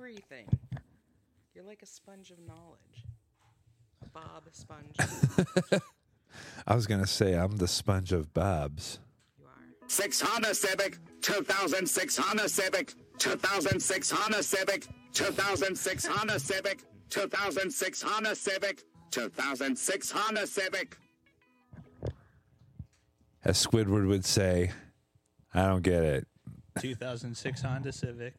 everything. You're like a sponge of knowledge. Bob Sponge. I was gonna say I'm the sponge of Bob's. you are. Six Honda Civic, 2006 Honda Civic, 2006 Honda Civic, 2006 Honda Civic, 2006 Honda Civic, 2006 Honda Civic. As Squidward would say, I don't get it. 2006 Honda Civic.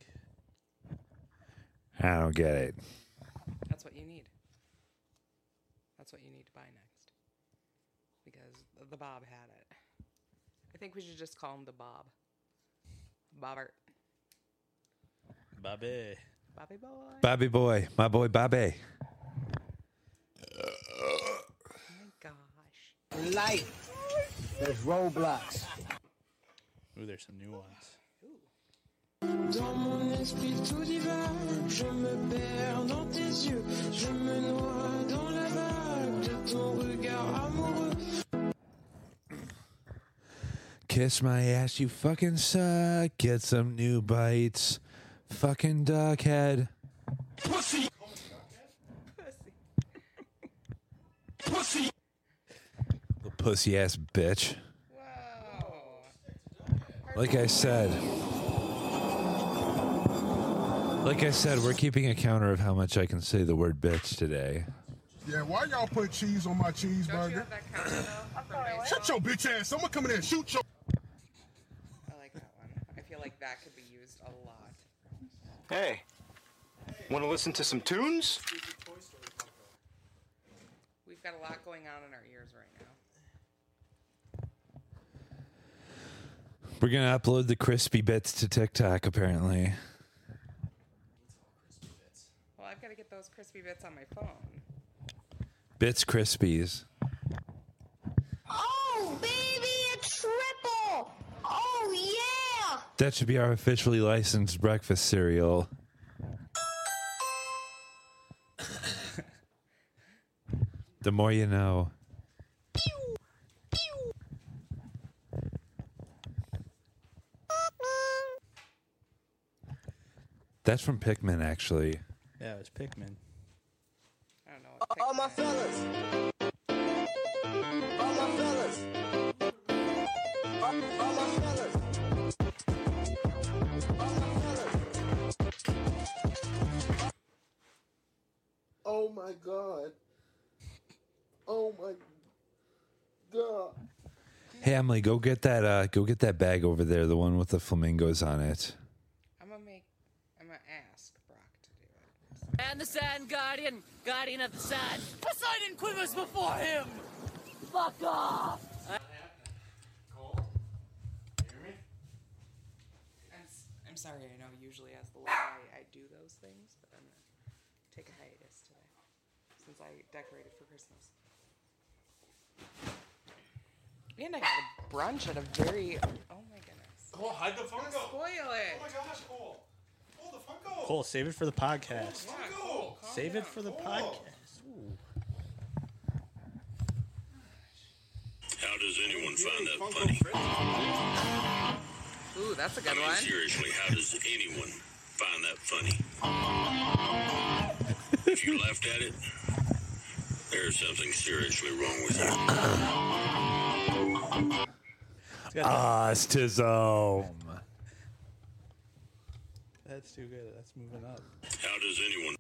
I don't get it. That's what you need. That's what you need to buy next. Because the Bob had it. I think we should just call him the Bob. Bobbert. Bobby. Bobby boy. Bobby boy, my boy Bobby. my gosh. Light. There's Roblox. Ooh, there's some new ones. Dans mon esprit tout divin, je me perds dans tes yeux, je me noie dans la vague de ton regard amoureux. Kiss my ass, you fucking suck. Get some new bites. Fucking duckhead. Pussy. Little pussy ass bitch. Whoa. Like I said, like I said, we're keeping a counter of how much I can say the word bitch today. Yeah, why y'all put cheese on my Don't you cheeseburger? have that counter though? From day one? Shut your bitch ass. I'm gonna come in there and shoot your. I like that one. I feel like that could be used a lot. Hey, want to listen to some tunes? We've got a lot going on in our ears right now. We're gonna upload the crispy bits to TikTok apparently. Well, I've got to get those crispy bits on my phone. Bits crispies. Oh, baby, a triple! Oh, yeah! That should be our officially licensed breakfast cereal. the more you know. That's from Pikmin, actually. Yeah, it was Pikmin. I don't know. What All Pikmin my is. fellas. All my fellas. All, all my fellas. All my fellas. Oh my god. Oh my god. Hey Emily, go get that. Uh, go get that bag over there, the one with the flamingos on it. I'm gonna make. I'm gonna ask Brock to do it. And the Sand Guardian, Guardian of the Sand. Poseidon quivers before him! Fuck off! I'm, s- I'm sorry. I know usually as the way I, I do those things, but I'm gonna take a hiatus today since I decorated for Christmas. And I got a brunch at a very. Oh my goodness. Cole, hide the Funko. Spoil it. gosh, Cole. Cole, the Funko. Cole, save it for the podcast. Yeah, Cole, calm Save down. it for the podcast. Ooh. How does anyone find that Ooh, that's a good one. seriously, how does anyone find that funny? if you laughed at it, there's something seriously wrong with you. Ostism. That's too good. That's moving up. How does anyone?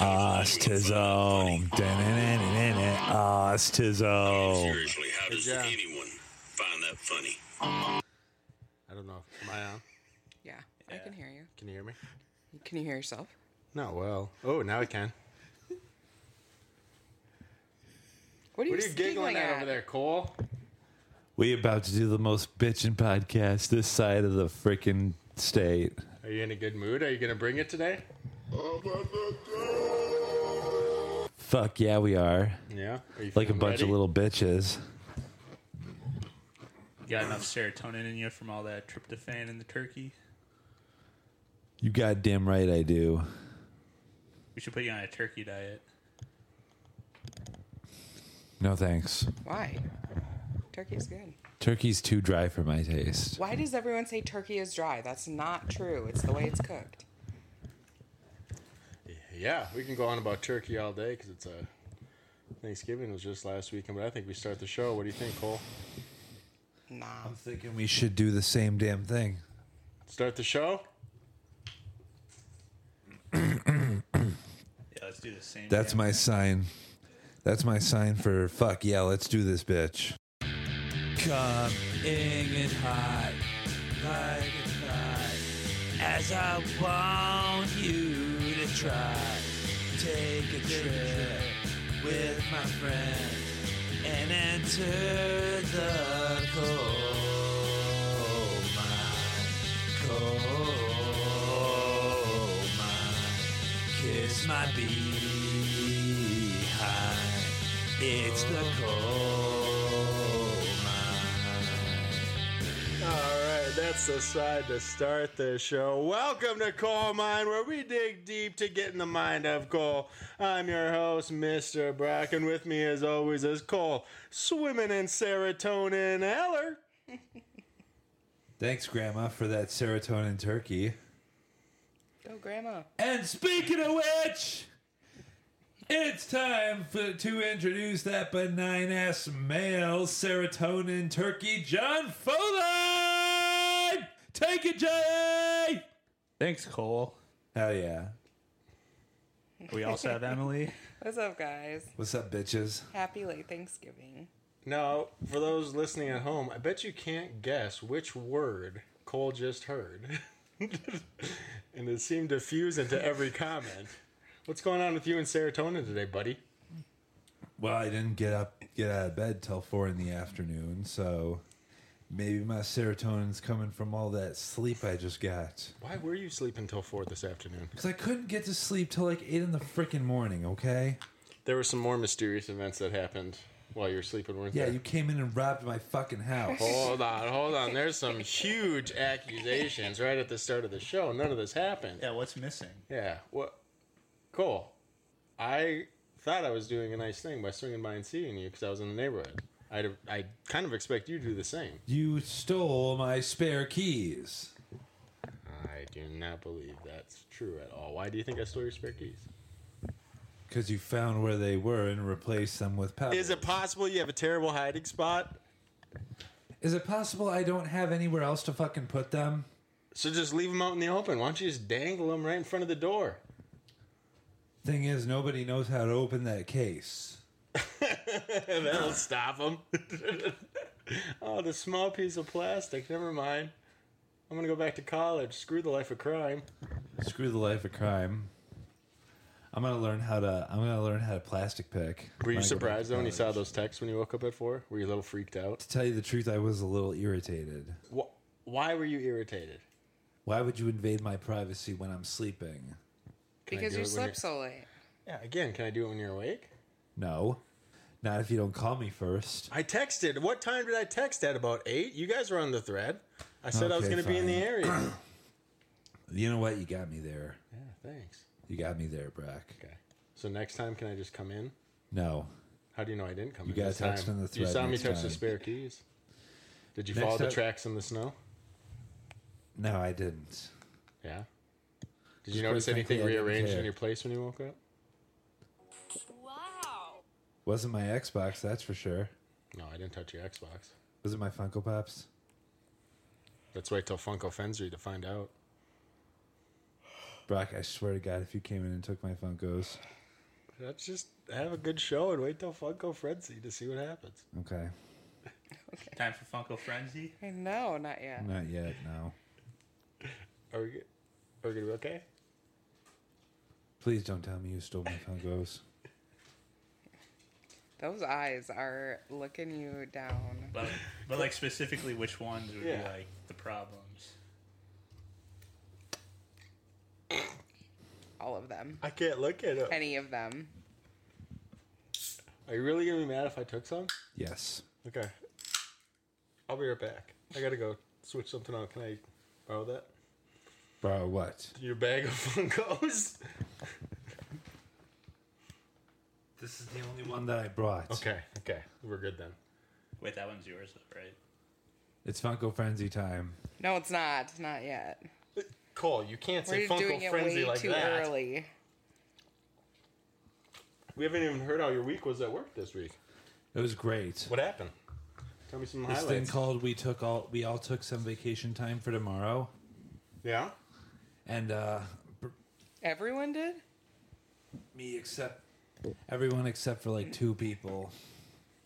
Ostism. Da-na-na-na-na-na. Ostism. Seriously, how does job. anyone find that funny? I don't know. Am I on? Yeah, I can hear you. Can you hear me? Can you hear yourself? Not well. Oh, now I can. What are you, What are you giggling at over there, Cole? We about to do the most bitchin' podcast this side of the frickin' state. Are you in a good mood? Are you gonna bring it today? Fuck yeah, we are. Yeah. Are you Like a feeling bunch of ready? little bitches. You got enough serotonin in you from all that tryptophan in the turkey. You goddamn right I do. We should put you on a turkey diet. No thanks. Why? Turkey's good. Turkey's too dry for my taste. Why does everyone say turkey is dry? That's not true. It's the way it's cooked. yeah, we can go on about turkey all day because it's a Thanksgiving was just last weekend, but I think we start the show. What do you think, Cole? Nah. I'm thinking we should do the same damn thing. Start the show. Yeah, let's do the same. That's my sign. That's my sign for fuck yeah, let's do this bitch. Coming in hot, like it's not, as I want you to try. Take a trip with my friends and enter the coal mine. Coal mine, kiss my behind. It's the coal mine. All right, that's the side to start the show. Welcome to Coal Mine, where we dig deep to get in the mind of coal. I'm your host, Mr. Brock, and with me, as always, is Cole, swimming in serotonin. Eller, Thanks, Grandma, for that serotonin turkey. Go, Grandma. And speaking of which, it's time for, to introduce that benign ass male serotonin turkey, John Foley! Take it, Jay! Thanks, Cole. Hell yeah. We also have Emily. What's up, guys? What's up, bitches? Happy late Thanksgiving. Now, for those listening at home, I bet you can't guess which word Cole just heard. and it seemed to fuse into every comment. What's going on with you and serotonin today, buddy? Well, I didn't get up, get out of bed till four in the afternoon, so maybe my serotonin's coming from all that sleep I just got. Why were you sleeping till four this afternoon? Because I couldn't get to sleep till like eight in the freaking morning. Okay. There were some more mysterious events that happened while you were sleeping, weren't Yeah, there? you came in and robbed my fucking house. Hold on, hold on. There's some huge accusations right at the start of the show. None of this happened. Yeah, what's missing? Yeah. What? Cole, I thought I was doing a nice thing by swinging by and seeing you because I was in the neighborhood. I'd, I kind of expect you to do the same. You stole my spare keys. I do not believe that's true at all. Why do you think I stole your spare keys? Because you found where they were and replaced them with pebbles. Is it possible you have a terrible hiding spot? Is it possible I don't have anywhere else to fucking put them? So just leave them out in the open. Why don't you just dangle them right in front of the door? Thing is, nobody knows how to open that case. That'll stop them. oh, the small piece of plastic. Never mind. I'm gonna go back to college. Screw the life of crime. Screw the life of crime. I'm gonna learn how to. I'm gonna learn how to plastic pick. Were When I go you back surprised to though when you college. saw those texts when you woke up at four? Were you a little freaked out? To tell you the truth, I was a little irritated. Wh- Why were you irritated? Why would you invade my privacy when I'm sleeping? Can I because do you it when slept you're- so late. Yeah. Again, can I do it when you're awake? No, not if you don't call me first. I texted. What time did I text at? About eight. You guys were on the thread. I said I was Okay, gonna be in the fine. area. You know what? You got me there. yeah. Thanks. You got me there, Brack. Okay. So next time, can I just come in? No. How do you know I didn't come You in? gotta this text time? in the You thread saw me next touch the time. spare keys. Did you Next follow the time- tracks in the snow? No, I didn't. Yeah. Did Just you notice quite frankly, anything I didn't rearranged in care. your place when you woke up? Wasn't my Xbox, that's for sure. No, I didn't touch your Xbox. Was it my Funko Pops? Let's wait till Funko offends you to find out. Brock, I swear to God, if you came in and took my Funkos, Let's just have a good show and wait till Funko Frenzy to see what happens. okay. Time for Funko Frenzy. Hey, No, not yet. Not yet, no. Are we, are we gonna be okay? Please don't tell me you stole my Funkos. Those eyes are looking you down. But, but like specifically, which ones would be Yeah. like the problems? All of them. I can't look at it. Any of them. Are you really gonna be mad if I took some? Yes. Okay. I'll be right back. I gotta go switch something on. Can I borrow that? Bro, what? Your bag of Funkos. This is the only one that I brought. Okay, okay. We're good then. Wait, that one's yours, though, right? It's Funko Frenzy time. No, it's not. It's not yet. Cole, you can't We're say Funko doing it Frenzy way like too that. early. We haven't even heard how your week was at work this week. It was great. What happened? Tell me some This thing highlights. called we took all we all took some vacation time for tomorrow. Yeah. And uh, Everyone did? Me except. everyone except for like two people.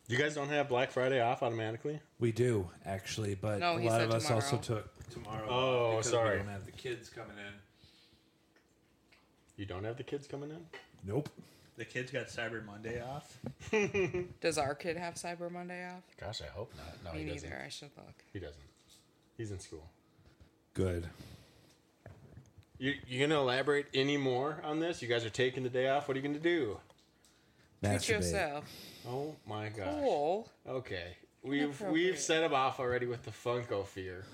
You guys don't have Black Friday off automatically? We do actually, but No, a he lot said of us also tomorrow. took tomorrow. Oh, off because sorry. We don't have the kids coming in. You don't have the kids coming in? Nope. The kids got Cyber Monday off. Does our kid have Cyber Monday off? Gosh, I hope not. No, Me Oh, he neither. doesn't. I should look. He doesn't. He's in school. Good. You you gonna elaborate any more on this? You guys are taking the day off. What are you gonna do? Treat yourself. Oh my gosh. Cool. Okay. We've we've set him off already with the Funko fear.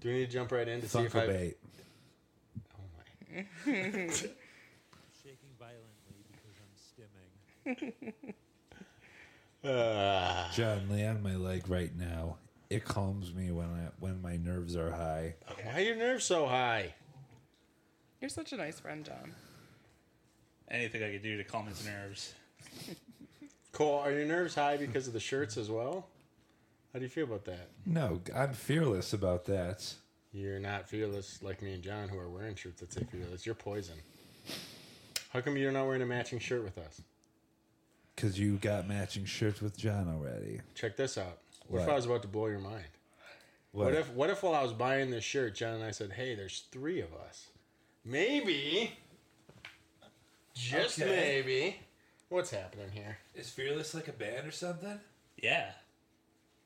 Do we need to jump right in to see if I Oh Funkobate. Shaking violently because I'm stimming. Ah. John, lay on my leg right now. It calms me when I when my nerves are high. Why are your nerves so high? You're such a nice friend, John. Anything I could do to calm his nerves. Cole, are your nerves high because of the shirts as well? How do you feel about that? No, I'm fearless about that. You're not fearless like me and John, who are wearing shirts that say fearless. You're poison. How come you're not wearing a matching shirt with us? Cause you got matching shirts with John already. Check this out. What, if What? I was about to blow your mind? What? What? if what if while I was buying this shirt, John and I said, "Hey, there's three of us. Maybe, just Okay. maybe, what's happening here? Is fearless like a band or something? Yeah,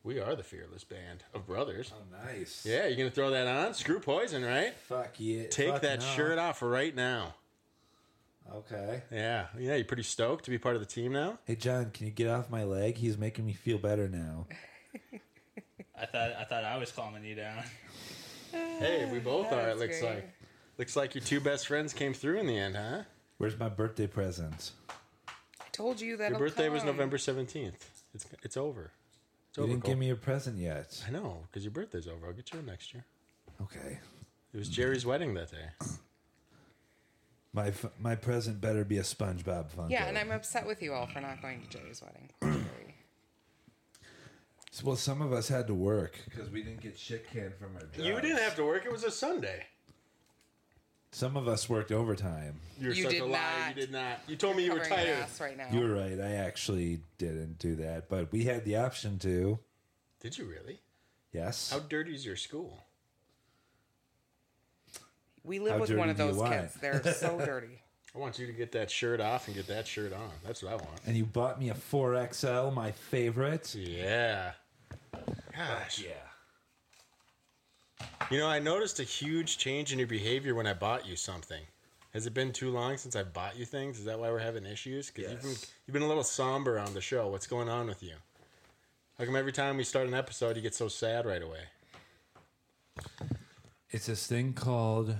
we are the fearless band of brothers. Oh, nice. Yeah, you're gonna throw that on? Screw poison, right? Fuck yeah. Take Fuck that no. shirt off right now. Okay. Yeah, yeah. You're pretty stoked to be part of the team now. Hey John, can you get off my leg? He's making me feel better now. I thought I thought I was calming you down. Hey, we both That are. It is looks great. like. Looks like your two best friends came through in the end, huh? Where's my birthday present? I told you that. Your birthday was November seventeenth. It's it's over. It's you over. didn't Cole. give me a present yet. I know because your birthday's over. I'll get you one next year. Okay. It was Jerry's wedding that day. My f- my present better be a SpongeBob Funko. Yeah, and I'm upset with you all for not going to Jerry's wedding. S- Well, some of us had to work because we didn't get shit canned from our job. You didn't have to work. It was a Sunday. Some of us worked overtime. You're You such did a liar. not. You did not. You told me you were Covering your tired. ass right now. You were right. I actually didn't do that, but we had the option to. Did you really? Yes. How dirty is your school? We live How with one dirty of do you those want? kids. They're so dirty. I want you to get that shirt off and get that shirt on. That's what I want. And you bought me a 4XL, my favorite. Yeah. Gosh. Yeah. You know, I noticed a huge change in your behavior when I bought you something. Has it been too long since I bought you things? Is that why we're having issues? Because you've, been, Yes. you've been a little somber on the show. What's going on with you? How come every time we start an episode, you get so sad right away? It's this thing called.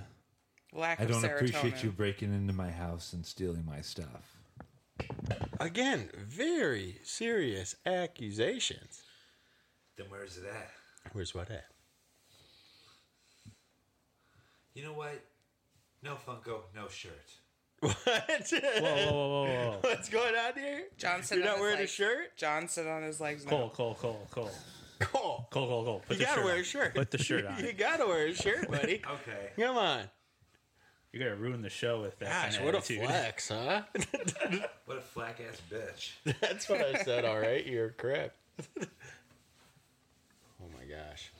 Lack I of don't appreciate serotonin. you breaking into my house and stealing my stuff. Again, very serious accusations. Then where's it at? Where's what at? You know what? No Funko, no shirt. What? Whoa, whoa, whoa, whoa, whoa. What's going on here? Johnson. You're not on his wearing a legs. shirt? Oh. Johnson on his legs. now. Cole, Cole, Cole, Cole. Cole. Cole, Cole, Cole. Put you the gotta shirt wear on. a shirt. Put the shirt on. you gotta wear a shirt, buddy. okay. Come on. You're gonna ruin the show with that. Gosh, kind of what a attitude. flex, huh? What a flack ass bitch. That's what I said, all right? You're crap. oh my gosh.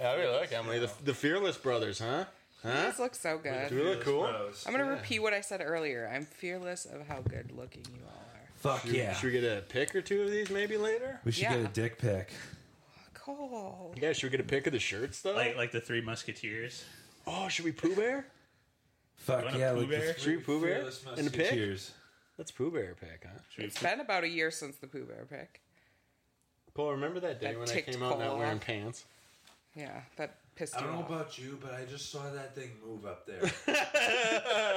How do we look, Emily? The, the Fearless Brothers, huh? You Huh? guys look so good. Do we look cool? I'm gonna Yeah. repeat what I said earlier. I'm fearless of how good looking you all are. Fuck Should we- yeah. Should we get a pick or two of these maybe later? We should Yeah. get a dick pic. Cole. Yeah, should we get a pick of the shirts though? Like like the Three Musketeers. Oh, should we Pooh Bear? Fuck want a yeah. Pooh like the Bear? three Should we Pooh Bear? fearless In the pick? musketeers. That's Pooh Bear pick, huh? It's been about a year since the Pooh Bear pick. Cole, remember that day That when I ticked came out not Cole wearing off. pants? Yeah, that pissed I you don't know off. about you, but I just saw that thing move up there.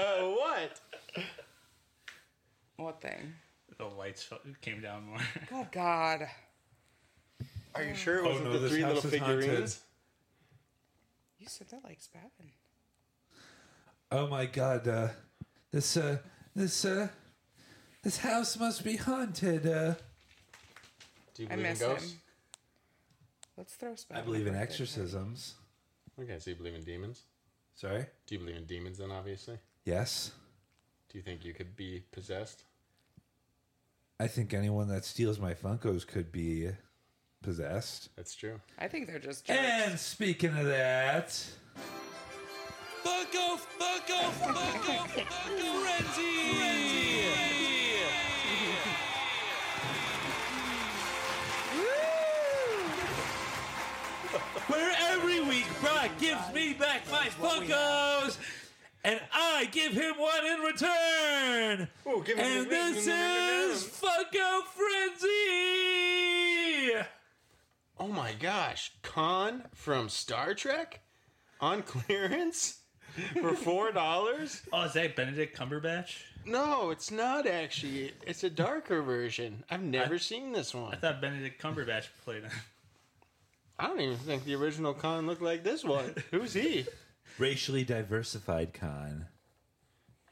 what? What thing? The lights fu- came down more. Oh God. Are you sure it Oh, wasn't no, the this three house little is haunted. figurines? You said that like Spavin. oh my god, uh, this uh This uh, this house must be haunted. Uh, Do you I believe in miss ghosts? him. Let's throw spell. I believe in exorcisms. Okay, so you believe in demons? Sorry? Do you believe in demons then, obviously? Yes, Do you think you could be possessed? I think anyone that steals my Funkos could be possessed. That's true. I think they're just. And speaking of that, Fuck off, fuck off, fuck off, fuck off. where every week Brock gives me back my Funkos, and I give him one in return. him and the ring, this give him the is Funko Frenzy. Oh my gosh, Khan from Star Trek on clearance for four dollars. Oh, is that Benedict Cumberbatch? No, it's not actually. It's a darker version. I've never seen this one. I thought Benedict Cumberbatch played him. I don't even think the original Khan looked like this one. Who's he? Racially diversified con.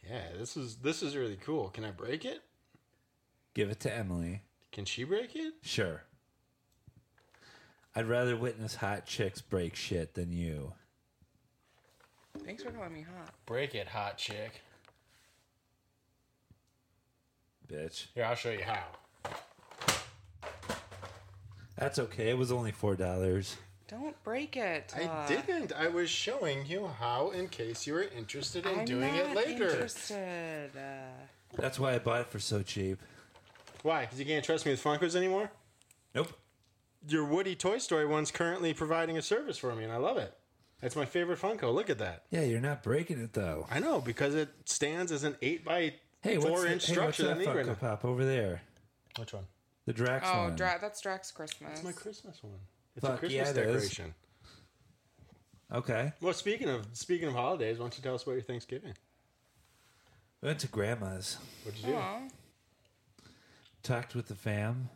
Yeah, this is this is really cool. Can I break it? Give it to Emily. Can she break it? Sure. I'd rather witness hot chicks break shit than you. Thanks for calling me hot. Break it, hot chick. Bitch. Here, I'll show you how. That's okay. It was only $4. Don't break it. I uh, didn't. I was showing you how in case you were interested in I'm doing it not later. Interested. Uh, That's why I bought it for so cheap. Why? Because you can't trust me with Funkos anymore? Nope. Your Woody Toy Story one's currently providing a service for me, and I love it. That's my favorite Funko. Look at that. Yeah, you're not breaking it though. I know because it stands as an eight by Hey, what's, four the, inch hey, what's structure that that I need right Funko now. Pop over there? Which one? The Drax oh, one. Dra- that's Drax Christmas. It's my Christmas one. It's Fuck a Christmas yeah, it is. decoration. Okay. Well, speaking of speaking of holidays, why don't you tell us about your Thanksgiving? I went to grandma's. What'd you do? Talked with the fam.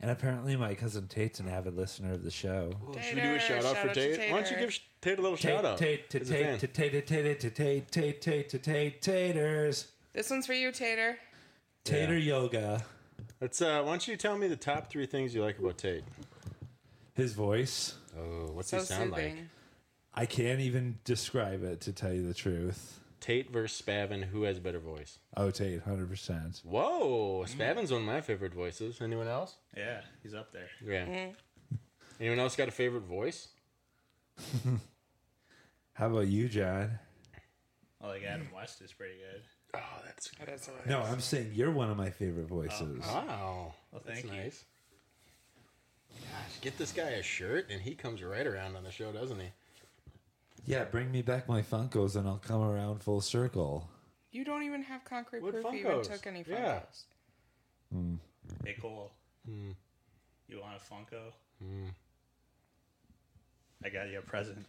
And apparently my cousin Tate's an avid listener of the show. should we do a shout out for Tate? Why don't you give Tate a little shout out? Tate, Tate, to He's a fan. Tate, to Tate, to Tate, to Tate, Tate, Tate, to Tate, Taters. This one's for you, Tater. Tater yoga. Let's. Uh, why don't you tell me the top three things you like about Tate? His voice. Oh, what's So he sound like? soothing. I can't even describe it to tell you the truth. Tate versus Spavin, who has a better voice? Oh, Tate, 100%. Whoa, Spavin's one of my favorite voices. Anyone else? Yeah, he's up there. Yeah. Mm. Anyone else got a favorite voice? How about you, John? Oh, like Adam West is pretty good. Oh, that's good. That is all right. No, I'm saying you're one of my favorite voices. Wow. Well, that's thank you. nice. Gosh, get this guy a shirt, and he comes right around on the show, doesn't he? Yeah, bring me back my Funkos and I'll come around full circle. You don't even have concrete What proof. You even Funkos? took any Funkos. Yeah. Hmm. Hey, Cole, Hmm. you want a Funko? Hmm. I got you a present.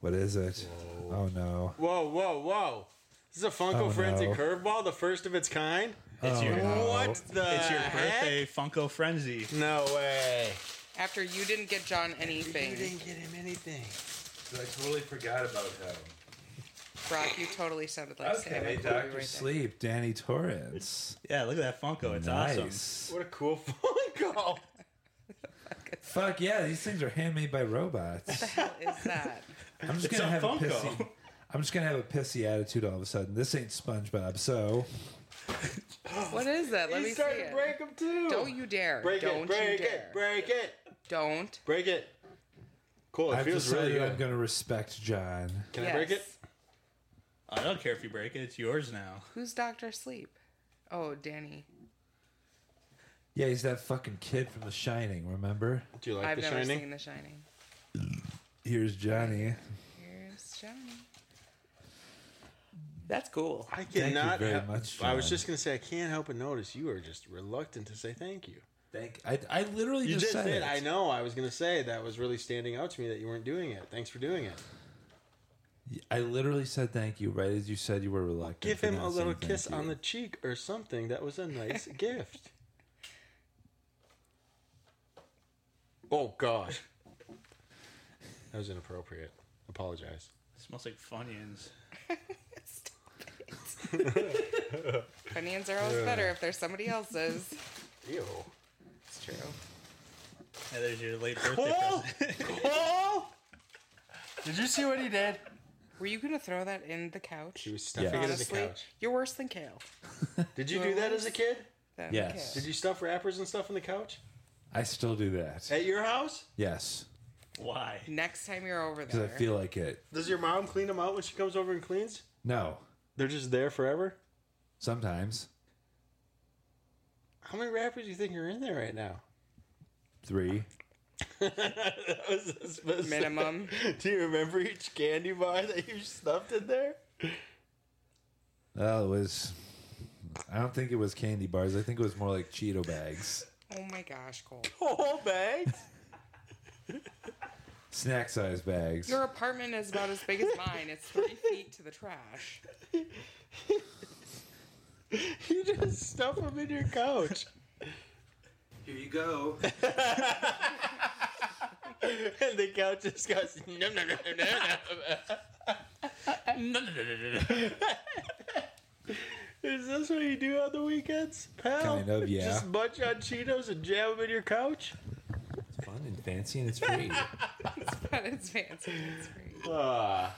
What is it? Oh no. Whoa, whoa, whoa. This is a Funko Oh, Frenzy no. curveball, the first of its kind. It's your- Oh, what the Uh, It's your heck? birthday Funko Frenzy. No way. After you didn't get John anything. You didn't get him anything. I totally forgot about him. Brock, you totally sounded like Sam. Hey, and Chloe Doctor right Sleep, Danny Torrance. Yeah, look at that oh, Funko. It's Nice. What a cool Funko. Fuck yeah, these things are handmade by robots. awesome. What is that? I'm just It's gonna a have a Funko. pissy. I'm just gonna have a pissy attitude all of a sudden. This ain't SpongeBob, so What is that? Let He's me see starting to it. break him too. Don't you dare. Break Don't it, break you dare. it, break it. Don't. Break it. Cool, it I've feels really decided good. I'm gonna respect John. Can I break it? I don't care if you break it. It's yours now. Who's Doctor Sleep? Oh, Danny. Yeah, he's that fucking kid from The Shining. Remember? Do you I've never seen The Shining. Here's Johnny. Here's Johnny. That's cool. I Thank you cannot. very help- much, I was John. just gonna say I can't help but notice you are just reluctant to say thank you. Thank. I, I literally You just just said it. did. I know. I was gonna say that was really standing out to me that you weren't doing it. Thanks for doing it. I literally said thank you right as you said you were reluctant. Give for him not a little saying thank kiss you. on the cheek or something. That was a nice gift. Oh gosh, that was inappropriate. Apologize. It smells like Funyuns. Funyuns are always Yeah. better if there's somebody else's. Ew. It's true. Yeah, there's your late birthday Cool. present. Did you see what he did? Were you gonna throw that in the couch? She was stuffing it in the couch. You're worse than kale. Did you You're do that worse as a kid? than Yes. Did you stuff wrappers and stuff in the couch? I still do that. At your house? Yes, Why? Next time you're over because I feel like it. Does your mom clean them out when she comes over and cleans? No, they're just there forever. Sometimes How many wrappers do you think are in there right now? three. That was a specific- Minimum. do you remember each candy bar that you stuffed in there? Oh, it was. I don't think it was candy bars. I think it was more like Cheeto bags, Oh my gosh, Cole. Whole bags? snack size bags. Your apartment is about as big as mine. It's three feet to the trash. You just stuff them in your couch. Here you go. and the couch just goes nom nom nom nom nom. Is this what you do on the weekends, pal? Kind of, yeah. Just munch on Cheetos and jam them in your couch. It's fun and fancy and it's free. But it's fancy. It's great. Ah,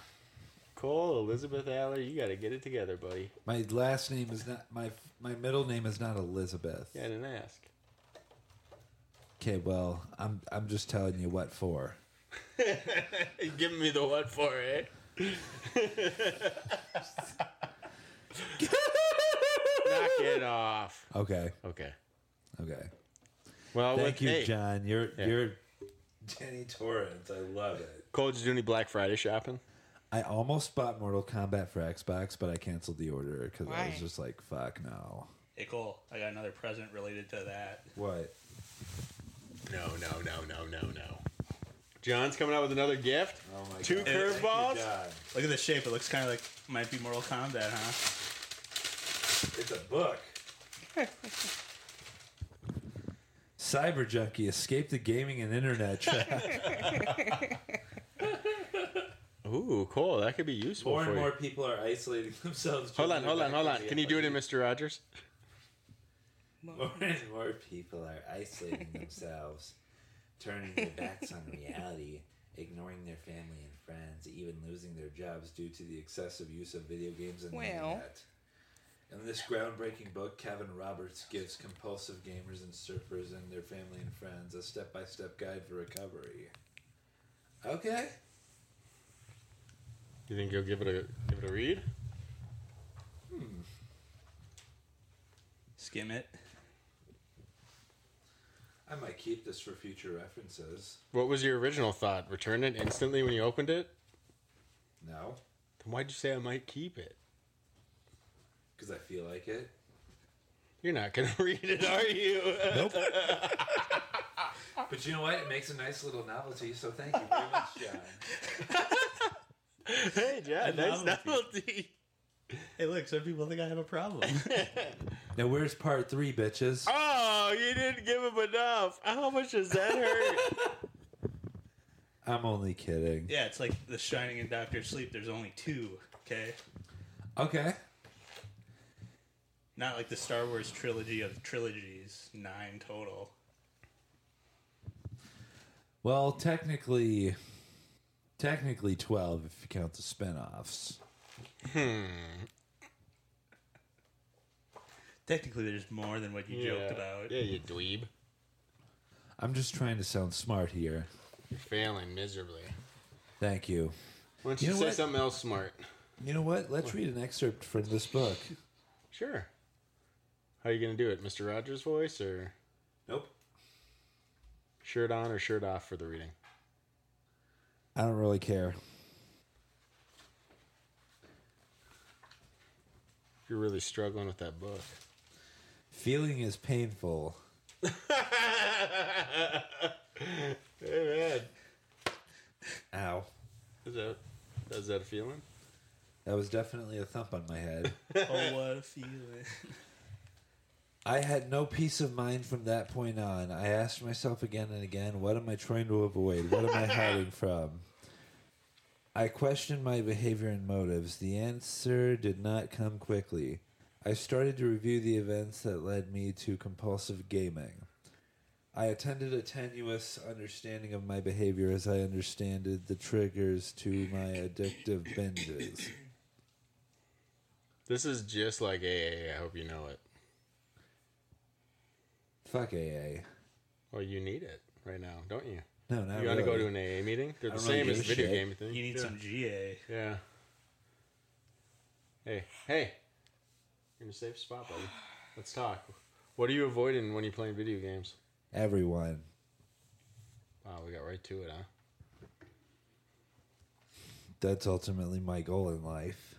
Cole Elizabeth Aller, you got to get it together, buddy. my last name is not my my middle name is not Elizabeth. Yeah, I didn't ask. Okay, well, I'm I'm just telling you what for. Give me the what for eh? it. Knock it off. Okay. Okay. Okay. Well, thank with- you, hey. John. You're Yeah. you're Danny Torrance. I love it. Cole, did you do any Black Friday shopping? I almost bought Mortal Kombat for Xbox, but I canceled the order because I Why? was just like, "Fuck no." Hey Cole, I got another present related to that. What? No, no, no, no, no, no. John's coming out with another gift. Oh my Two And- curveballs. Look at the shape. It looks kind of like might be Mortal Kombat, huh? It's a book. Cyber junkie escaped the gaming and internet trap. Ooh, Cole, that could be useful more for and you. more people are isolating themselves. Hold on, hold on, hold on. Can you do it in Mr. Rogers? More and more people are isolating themselves, turning their backs on reality, ignoring their family and friends, even losing their jobs due to the excessive use of video games and the Well. internet. In this groundbreaking book, Kevin Roberts gives compulsive gamers and surfers and their family and friends a step by step guide for recovery. Okay. You think you'll give it a give it a read? Skim it. I might keep this for future references. What was your original thought? Return it instantly when you opened it? No, Then why'd you say I might keep it? because I feel like it. You're not gonna read it, are you? But you know what? It makes a nice little novelty, so thank you very much, John. A hey, John, nice novelty. novelty. Hey, look, some people think I have a problem. Now, where's part three, bitches? Oh, you didn't give him enough. How much does that hurt? I'm only kidding. yeah, it's like The Shining and Doctor Sleep. There's only two. Okay, Okay. not like the Star Wars trilogy of trilogies, nine total. Well, technically, technically 12 if you count the spinoffs. Hmm. Technically, there's more than what you joked about. Yeah, you dweeb. I'm just trying to sound smart here. You're failing miserably. Thank you. Why don't You you, know say what? something else smart? You know what? Let's read an excerpt from this book. Sure. How are you gonna do it? Mr. Rogers' voice or Nope. shirt on or shirt off for the reading? I don't really care. You're really struggling with that book. Feeling is painful. hey man. Ow. Is that is that a feeling? That was definitely a thump on my head. oh, what a feeling! I had no peace of mind from that point on. I asked myself again and again, what am I trying to avoid? What am I hiding from? I questioned my behavior and motives. The answer did not come quickly. I started to review the events that led me to compulsive gaming. I attended a tenuous understanding of my behavior as I understood the triggers to my addictive binges. This is just like AA. I hope you know it. Fuck AA. Well, you need it right now, don't you? No, not You to go really. to an AA meeting? They're I the don't really same as give a video shit. game thing. You need Yeah. some GA. Yeah. Hey, hey. You're in a safe spot, buddy. Let's talk. What are you avoiding when you're playing video games? Everyone. Wow, we got right to it, huh? That's ultimately my goal in life.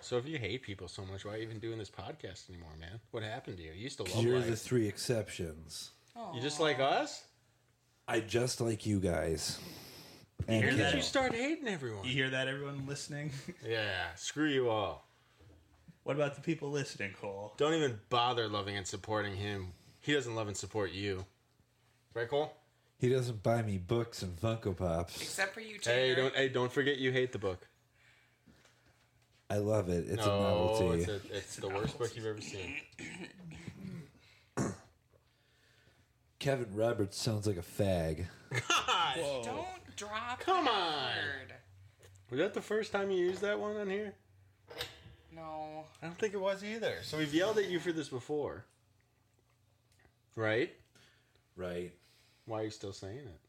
So if you hate people so much, why are you even doing this podcast anymore, man? What happened to you? You used to 'Cause love You're life. the three exceptions. You just like us? I just like you guys. When And did Ken. you start hating everyone? You hear that, everyone listening? Yeah, screw you all. What about the people listening, Cole? Don't even bother loving and supporting him. He doesn't love and support you. Right, Cole? He doesn't buy me books and Funko Pops. Except for you, Taylor. Hey, don't hey, don't forget you hate the book. I love it. It's no, a novelty. It's, a, it's, the worst book you've ever seen. Kevin Roberts sounds like a fag. God! Don't drop. Oh. Come that on. word. Was that the first time you used that one on here? No. I don't think it was either. So we've yelled at you for this before. Right? Right. Why are you still saying it?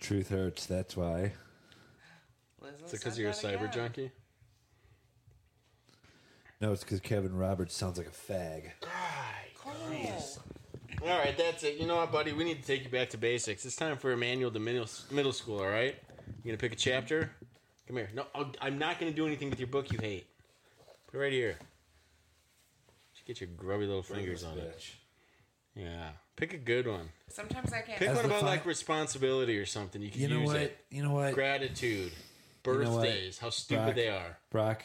Truth hurts, that's why. Liz Is it because you're a cyber junkie? No, it's because Kevin Roberts sounds like a fag. All right, that's it. You know what, buddy? We need to take you back to basics. It's time for Emmanuel to middle, middle school, all right? You going to pick a chapter? Come here. No, I'll, I'm not going to do anything with your book you hate. Put it right here. Just get your grubby little fingers on it. Yeah. Pick a good one. Sometimes I can't. Pick As one the about fi- like responsibility or something. You can You know use what? it. You know what? Gratitude. You know what? Birthdays. How stupid Brock- they are. Brock.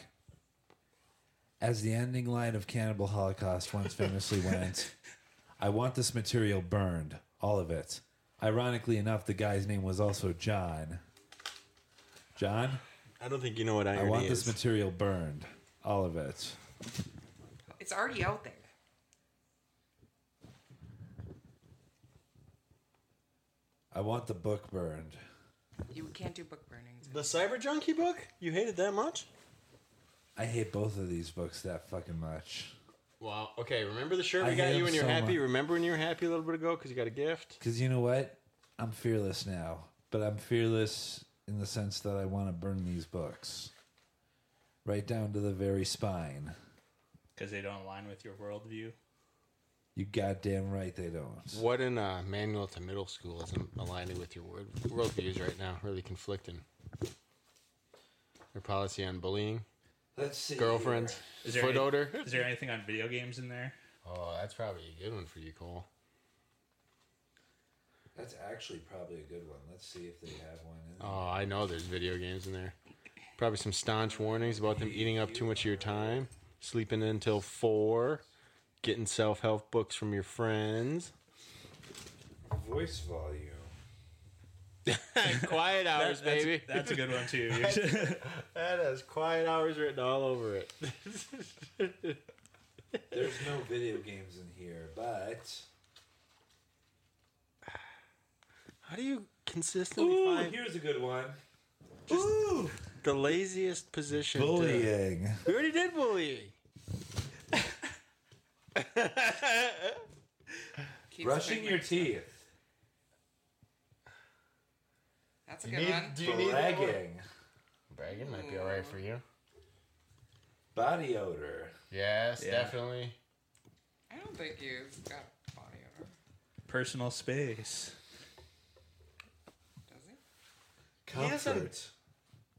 As the ending line of Cannibal Holocaust once famously went, I want this material burned, all of it. Ironically enough, the guy's name was also John. John? I don't think you know what I irony want is. this material burned, all of it. It's already out there. I want the book burned. You can't do book burnings. the Cyber Junkie book? You hated that much? I hate both of these books that fucking much. Wow. Okay. Remember the shirt we I got hate you him when you're so happy. much. Remember when you were happy a little bit ago because you got a gift. Because you know what? I'm fearless now, but I'm fearless in the sense that I want to burn these books right down to the very spine. Because they don't align with your worldview. You goddamn right they don't. What in uh, manual to middle school isn't aligning with your word, worldviews right now? Really conflicting. Your policy on bullying. Let's see Girlfriends. Is there Foot any- odor. Is there anything on video games in there? Oh, that's probably a good one for you, Cole. That's actually probably a good one. Let's see if they have one. In Oh, I know there's video games in there. Probably some staunch warnings about them eating up too much of your time, sleeping until four, getting self help books from your friends. Uh, Voice volume. quiet hours, that's- baby. that's a good one, too. that has quiet hours written all over it. There's no video games in here, but How do you consistently find here's a good one. the laziest position? to- Bullying. We already did bullying. Keeps Brushing your teeth. That's a You good need- one. do you need that one? Bragging. Bragging might be alright for you. Body odor. Yes, Yeah. definitely. I don't think you've got body odor. Personal space. He doesn't- Comfort.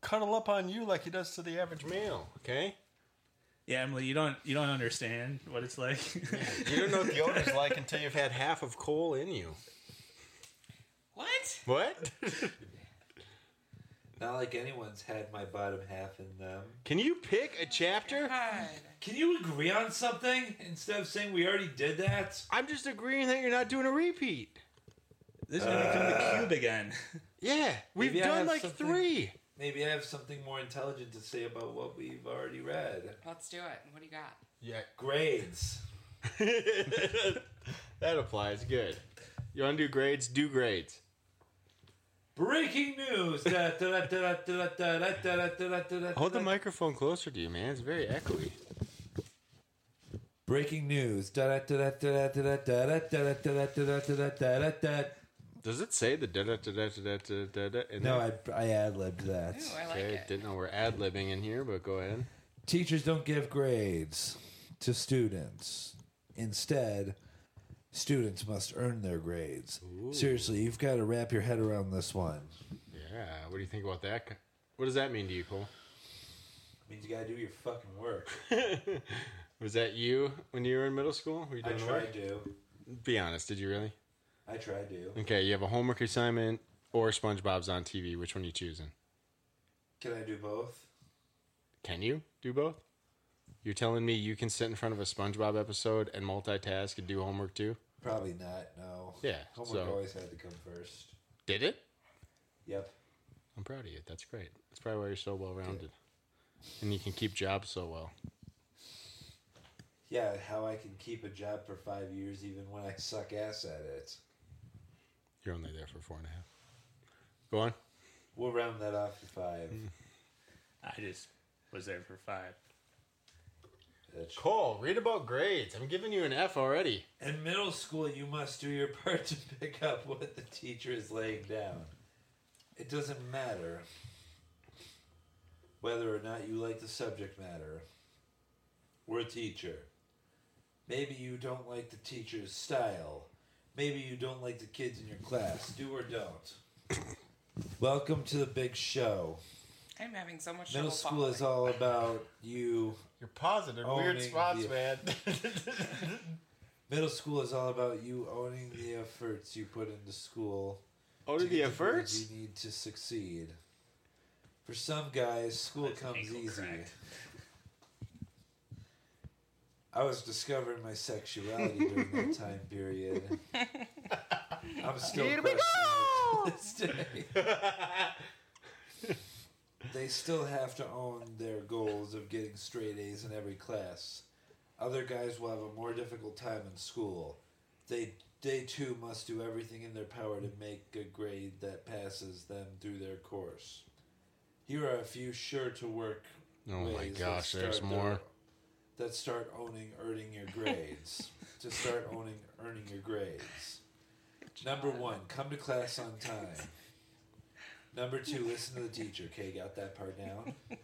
Cuddle up on you like he does to the average male, okay? Yeah, Emily, you don't you don't understand what it's like. You don't know what the odor's like until you've had half of coal in you. What? What? Not like anyone's had my bottom half in them. Can you pick a chapter? Uh, Can you agree on something instead of saying we already did that? I'm just agreeing that you're not doing a repeat. This is gonna become the cube again. Yeah, we've Maybe I done have like something- three. Maybe I have something more intelligent to say about what we've already read. Let's do it. What do you got? Yeah. Grades. that applies. Good. You want to do grades? Do grades. Breaking news. Da, da, da, da, da, da, da, da, da, da, da, da. Hold the microphone closer to you, man. It's very echoey. Breaking news. Da da da da da da da da da da da da da da da da da. Does it say the da da da da da da da da? No, I I ad libbed that. okay, didn't know we're ad libbing in here, but go ahead. Teachers don't give grades to students. Instead, students must earn their grades. Seriously, you've got to wrap your head around this one. Yeah. What do you think about that? What does that mean to you, Cole? means you gotta do your fucking work. Was that you when you were in middle school? Were you I doing try work? to. Be honest. Did you really? I try to. Okay. You have a homework assignment or SpongeBob's on TV. Which one are you choosing? Can I do both? Can you do both? You're telling me you can sit in front of a SpongeBob episode and multitask and do homework too? Probably not. No. Yeah, Homework so- always had to come first. Did it? Yep. I'm proud of you. That's great. That's probably why you're so well rounded. And you can keep jobs so well. Yeah, how I can keep a job for five years even when I suck ass at it. You're only there for four and a half. Go on. We'll round that off to five. I just was there for five. Cole, read about grades. I'm giving you an F already. In middle school, you must do your part to pick up what the teacher is laying down. It doesn't matter whether or not you like the subject matter. We're a teacher. Maybe you don't like the teacher's style. Maybe you don't like the kids in your class. Do or don't. Welcome to the big show. I'm having so much Middle trouble school is all about you. You're positive. owning the- Middle school is all about you owning the efforts you put into school. Owning to get the grades efforts? you need to succeed. For some guys, school comes easy. I was discovering my sexuality during that time period. I'm still Here we questioning it to this day. they still have to own their goals of getting straight A's in every class. Other guys will have a more difficult time in school. They they too must do everything in their power to make a grade that passes them through their course. Here are a few sure to work. Oh my ways that gosh, there's start more. their- that start owning earning your grades. to start owning earning your grades. Number one, come to class on time. Number two, listen to the teacher. Okay, got that part down.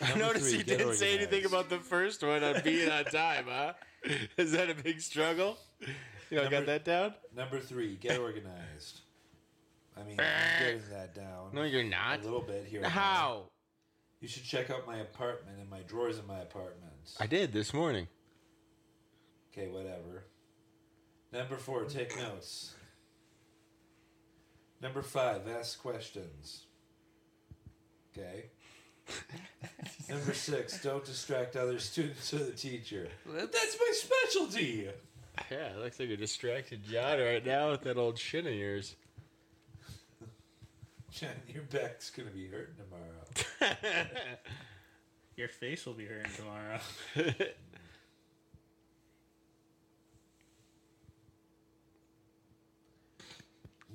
I Number noticed three, you get didn't say organized. anything about the first one on being on time, huh? Is that a big struggle? You know, I got that down? Number three, get organized. I mean, I'm getting that down. No, you're not. A little bit here. and How? there. You should check out my apartment and my drawers in my apartment. I did this morning. Okay, whatever. Number four, take notes. Number five, ask questions. Okay. Number six, don't distract other students or the teacher. That's my specialty. Yeah, it looks like a distracted John right now with that old shin of yours. John, your back's gonna be hurting tomorrow. Your face will be hurting tomorrow.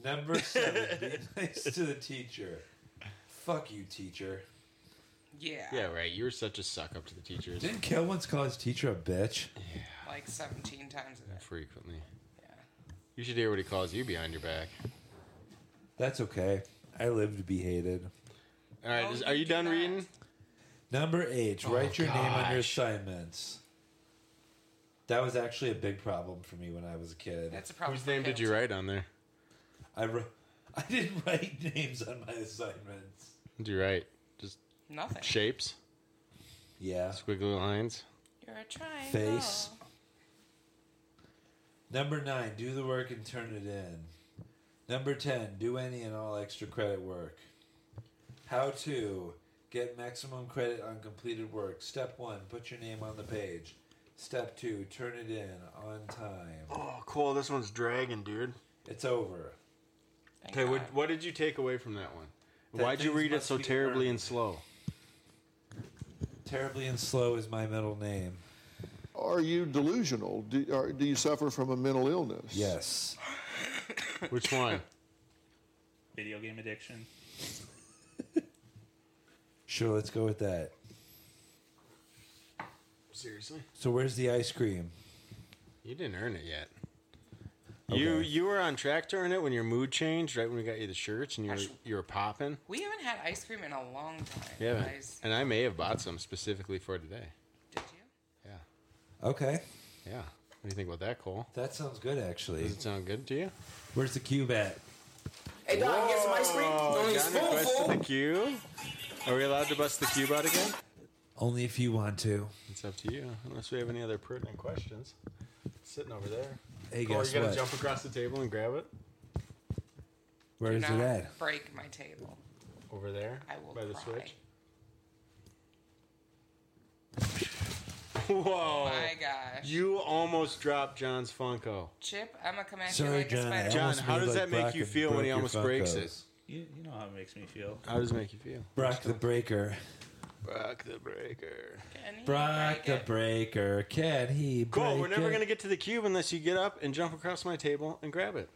Number seven, be nice to the teacher. Fuck you, teacher. Yeah. Yeah, right. You were such a suck up to the teachers. Didn't Kel once call his teacher a bitch? Like 17 times a day. Frequently. Yeah. You should hear what he calls you behind your back. That's okay. I live to be hated. Oh, All right, is, are you done reading? Number eight, Oh, write your name on your gosh. assignments. That was actually a big problem for me when I was a kid. That's a problem Whose name did you write on there? I wrote. I didn't write names on my assignments. What Did you write just Nothing. shapes? Yeah. Squiggly lines. You're a triangle. Face. Oh. Number nine, do the work and turn it in. Number ten, do any and all extra credit work. How to get maximum credit on completed work. Step one, put your name on the page. Step two, turn it in on time. Oh, cool. This one's dragging, dude. It's over. Okay, what, what did you take away from that one? That Why'd you things read it must so be terribly earned. and slow? Terribly and slow is my middle name. Are you delusional? Do, are, do you suffer from a mental illness? Yes. Which one? Video game addiction. Sure, let's go with that. Seriously? So where's the ice cream? You didn't earn it yet. You you were on track to earn it when your mood changed, right when we got you the shirts and you were, you were popping. We haven't had ice cream in a long time. Yeah. guys. And I may have bought some specifically for today. Did you? Okay. Yeah. Yeah. What do you think about that, Cole? That sounds good, actually. Does it sound good to you? Where's the cube at? Hey, Don, get some ice cream. Oh, Don't use John requested spoonful. the cube. Are we allowed to bust the cube out again? Only if you want to. It's up to you. Unless we have any other pertinent questions. It's sitting over there. Hey, Cole, guess you gotta what? jump across the table and grab it Where is Not it at? Break my table. over there I will by the cry. switch. Whoa! my gosh. Oh. You almost dropped John's Funko. Chip, I'm gonna come at you Sorry, like John, a I spider. John, how does that make you feel when he almost breaks it? You, you know how it makes me feel. How does it make you feel? Brock the Breaker. Brock the Breaker. Brock the Breaker. Can he break Cool. We're never it? gonna get to the cube unless you get up and jump across my table and grab it.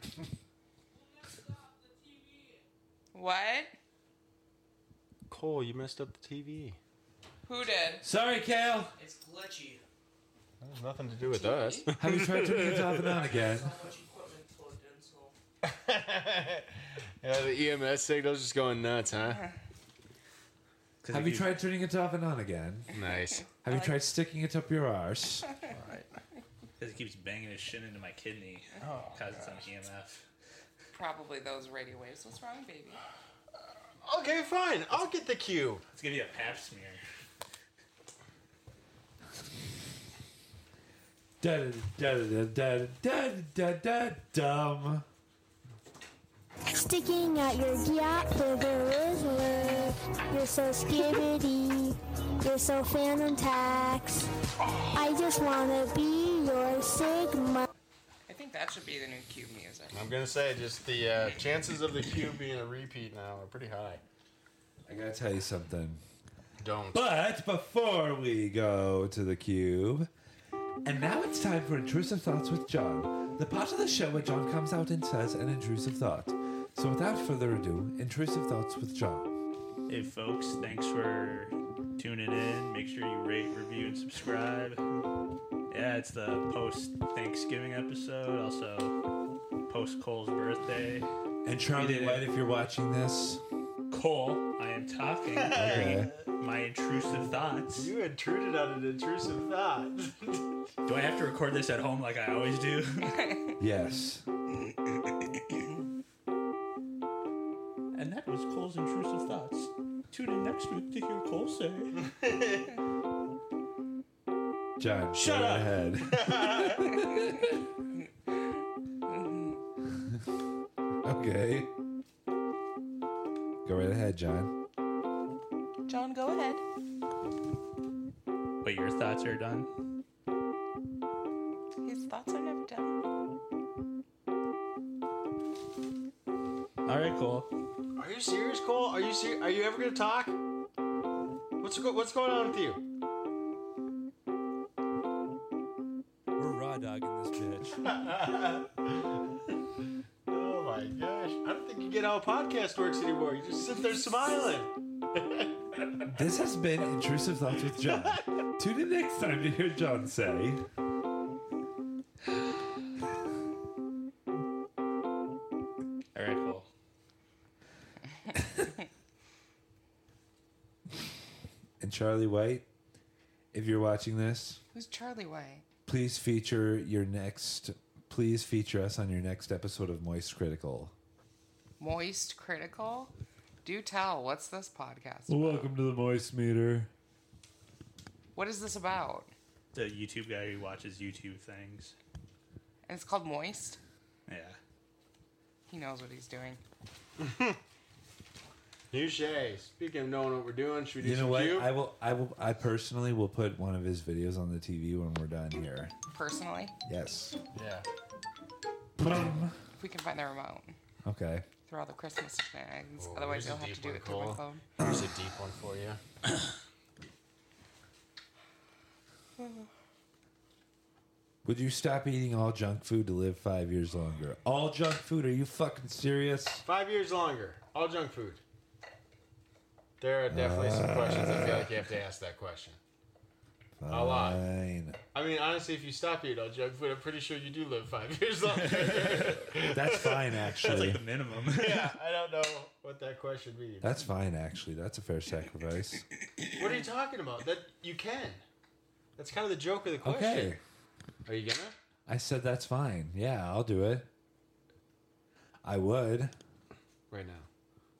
What? Cole, you messed up the TV. Who did? Sorry, Cal. It's glitchy. There's nothing to do with us. Have you tried turning it off and on again? Yeah, the EMS signal's just going nuts, huh? Have you tried turning it off and on again? Nice. Have you tried sticking it up your arse? Because he keeps banging his shin into my kidney. Cause it's on E EMF. Probably those radio waves. What's wrong, baby? Okay, fine. I'll get the cube. Let's give you a pap smear. Da da da da da da da da dumb. Sticking out your yacht bigger whistler. You're so skibbity. You're so phantom tax. I just wanna be your Sigma. I think that should be the new cube music. I'm gonna say just the uh, chances of the cube being a repeat now are pretty high. I gotta tell you something. Don't. But before we go to the cube, and now it's time for intrusive thoughts with John, the part of the show where John comes out and says an intrusive thought. So without further ado, intrusive thoughts with John. Hey, folks, thanks for tuning in. Make sure you rate, review, and subscribe. Yeah, it's the post Thanksgiving episode, also post Cole's birthday. And We Charlie did it. White, if you're watching this, Cole, I am talking Okay. during my intrusive thoughts. You intruded on an intrusive thought. Do I have to record this at home like I always do? yes. and that was Cole's intrusive thoughts. Tune in next week to hear Cole say. John, Shut go up. ahead. Okay. Go right ahead, John. John, go ahead. But your thoughts are done. His thoughts are never done. All right, Cole. Are you serious, Cole? Are you ser- Are you ever gonna talk? What's go- What's going on with you? We're raw dogging this bitch. Oh my gosh! I don't think you get how a podcast works anymore. You just sit there smiling. This has been Intrusive Thoughts with John. Tune in next time to hear John say. All right, Cole. And Charlie White, if you're watching this, Who's Charlie White? please feature your next. Please feature us on your next episode of Moist Critical. Moist Critical? Do tell. What's this podcast? Welcome to the Moist Meter. What is this about? The YouTube guy who watches YouTube things. And it's called Moist? Yeah. He knows what he's doing. You Shay. Speaking of knowing what we're doing, should we do You know some what? cube? I will. I will. I personally will put one of his videos on the TV when we're done here. Personally, Yes. Yeah. if we can find the remote, Okay. through all the Christmas shenanigans. Oh, Otherwise, here's you'll a have to do deep one, it through my Cole. phone. Here's a deep one for you. Would you stop eating all junk food to live five years longer? All junk food? Are you fucking serious? Five years longer. All junk food. There are definitely Uh, some questions I feel like you have to ask that question. uh, A lot. Fine. I mean, honestly, if you stop eating all junk food, I'm pretty sure you do live five years longer. That's fine, actually. That's like the minimum. yeah, I don't know what that question means. That's fine, actually. That's a fair sacrifice. What are you talking about? That you can. That's kind of the joke of the Oh, question. Okay. Are you gonna? I said that's fine. Yeah, I'll do it. I would. Right now.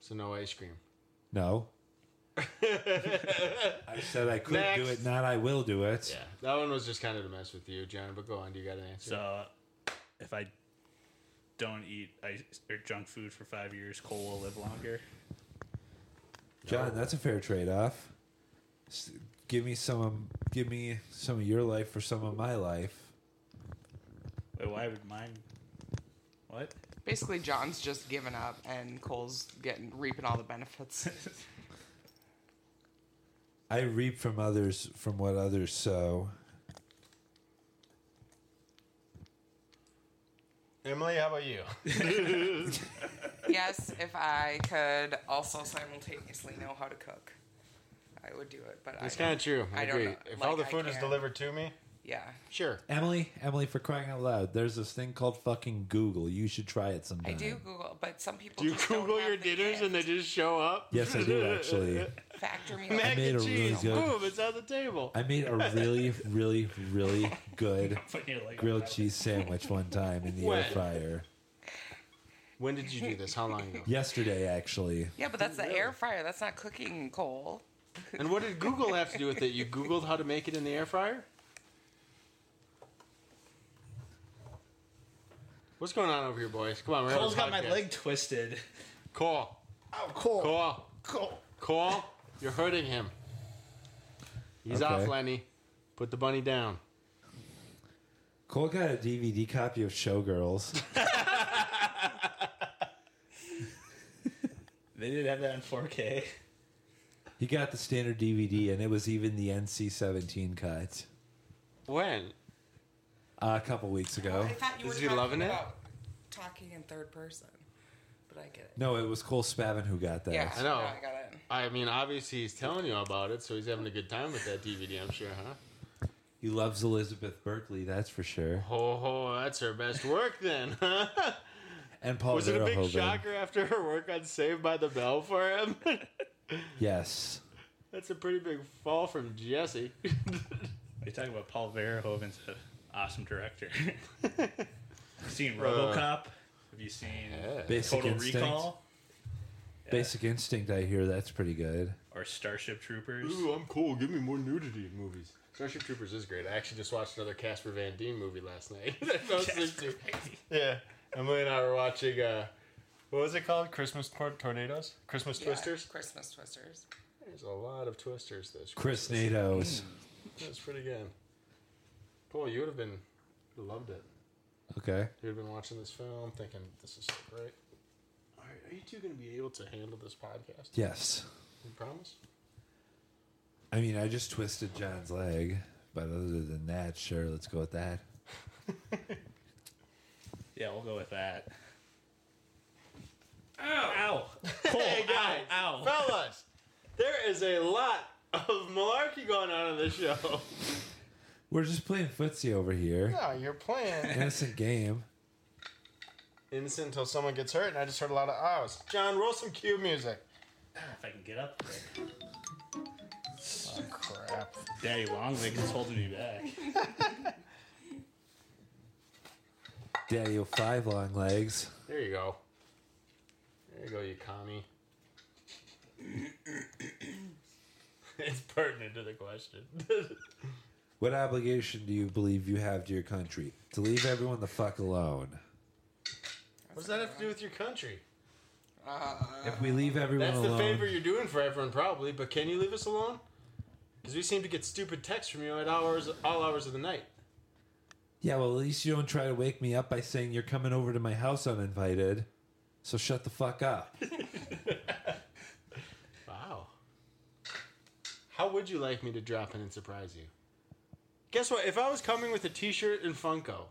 So no ice cream. No. I said I could do it, not I will do it. Yeah, that one was just kind of to mess with you, John. But go on. Do you got an answer? So, if I don't eat ice or junk food for five years, Cole will live longer. John, that's a fair trade-off. S- Give me some, of, give me some of your life for some of my life. Wait, why would mine? What? Basically, John's just giving up, and Cole's getting reaping all the benefits. I reap from others from what others sow. Emily, how about you? yes, if I could also simultaneously know how to cook, I would do it. But That's I don't- kind of true. I, I don't agree. know. If Like, all the I food is can't. delivered to me, yeah, sure. Emily, Emily, for crying out loud, there's this thing called fucking Google. You should try it sometime. I do Google, but some people Mm. Do you just Google your dinners and they just show up? Yes, I do, actually. factor me. Mac I made and a really cheese. good- Boom! It's on the table. I made a really, really, really good Putting your leg grilled cheese sandwich one time in the air When? fryer. When did you do this? How long ago? Yesterday, actually. Yeah, but that's the air fryer. That's not cooking, Cole. And what did Google have to do with it? You Googled how to make it in the air fryer? What's going on over here, boys? Come on, we're Cole's got having a my podcast. leg twisted. Cole. Oh, Cole. Cole. Cole. Cole, you're hurting him. He's Okay. off, Lenny. Put the bunny down. Cole got a DVD copy of Showgirls. They did have that in 4K. he got the standard DVD, and it was even the NC-17 cut When? uh, a couple weeks Oh, ago. I thought you Is were he talking loving it? about Talking in third person, but I get it. No, it was Cole Spavin who got that. Yeah, I know. no, I got it. I mean, obviously he's telling you about it, so he's having a good time with that DVD, I'm sure, huh? He loves Elizabeth Berkley, that's for sure. Ho ho, that's her best work then, huh? And Paul Was it a big Verhoeven. shocker after her work on Saved by the Bell for him? Yes. That's a pretty big fall from Jesse. They talk about Paul Verhoeven's an awesome director. seen RoboCop? Have you seen Basic Total Instinct. Recall Basic Instinct, I hear that's pretty good. or Starship Troopers? Ooh, I'm cool. Give me more nudity in movies. Starship Troopers is great. I actually just watched another Casper Van Dien movie last night. that I fell asleep to. Yeah, Emily and I were watching. Uh, what was it called? Christmas tor- tornadoes? Christmas Yeah, twisters? Christmas twisters. There's a lot of twisters this. Chris Nados. Mm. That's pretty good. Paul, you would have been would've loved it. Okay. You would have been watching this film, thinking this is so great. All right, are you two going to be able to handle this podcast? Yes. You promise? I mean, I just twisted John's leg, but other than that, sure, let's go with that. Yeah, we'll go with that. Ow! Cole, hey guys, ow, ow. fellas, there is a lot of malarkey going on in this show. We're just playing footsie over here. Yeah, you're playing Innocent game. innocent until someone gets hurt, and I just heard a lot of ows. John, roll some cue music. If I can get up there. Oh, crap. Daddy Longlegs is holding me back. Daddy of five long legs. There you go. There you go, you commie. it's pertinent to the question. What obligation do you believe you have to your country? To leave everyone the fuck alone. what does that have to do with your country? If we leave everyone That's the alone, favor you're doing for everyone, probably. But can you leave us alone? Because we seem to get stupid texts from you at hours, all hours of the night. yeah, well, at least you don't try to wake me up by saying you're coming over to my house uninvited. So shut the fuck up. Wow. How would you like me to drop in and surprise you? Guess what? If I was coming with a T-shirt and Funko,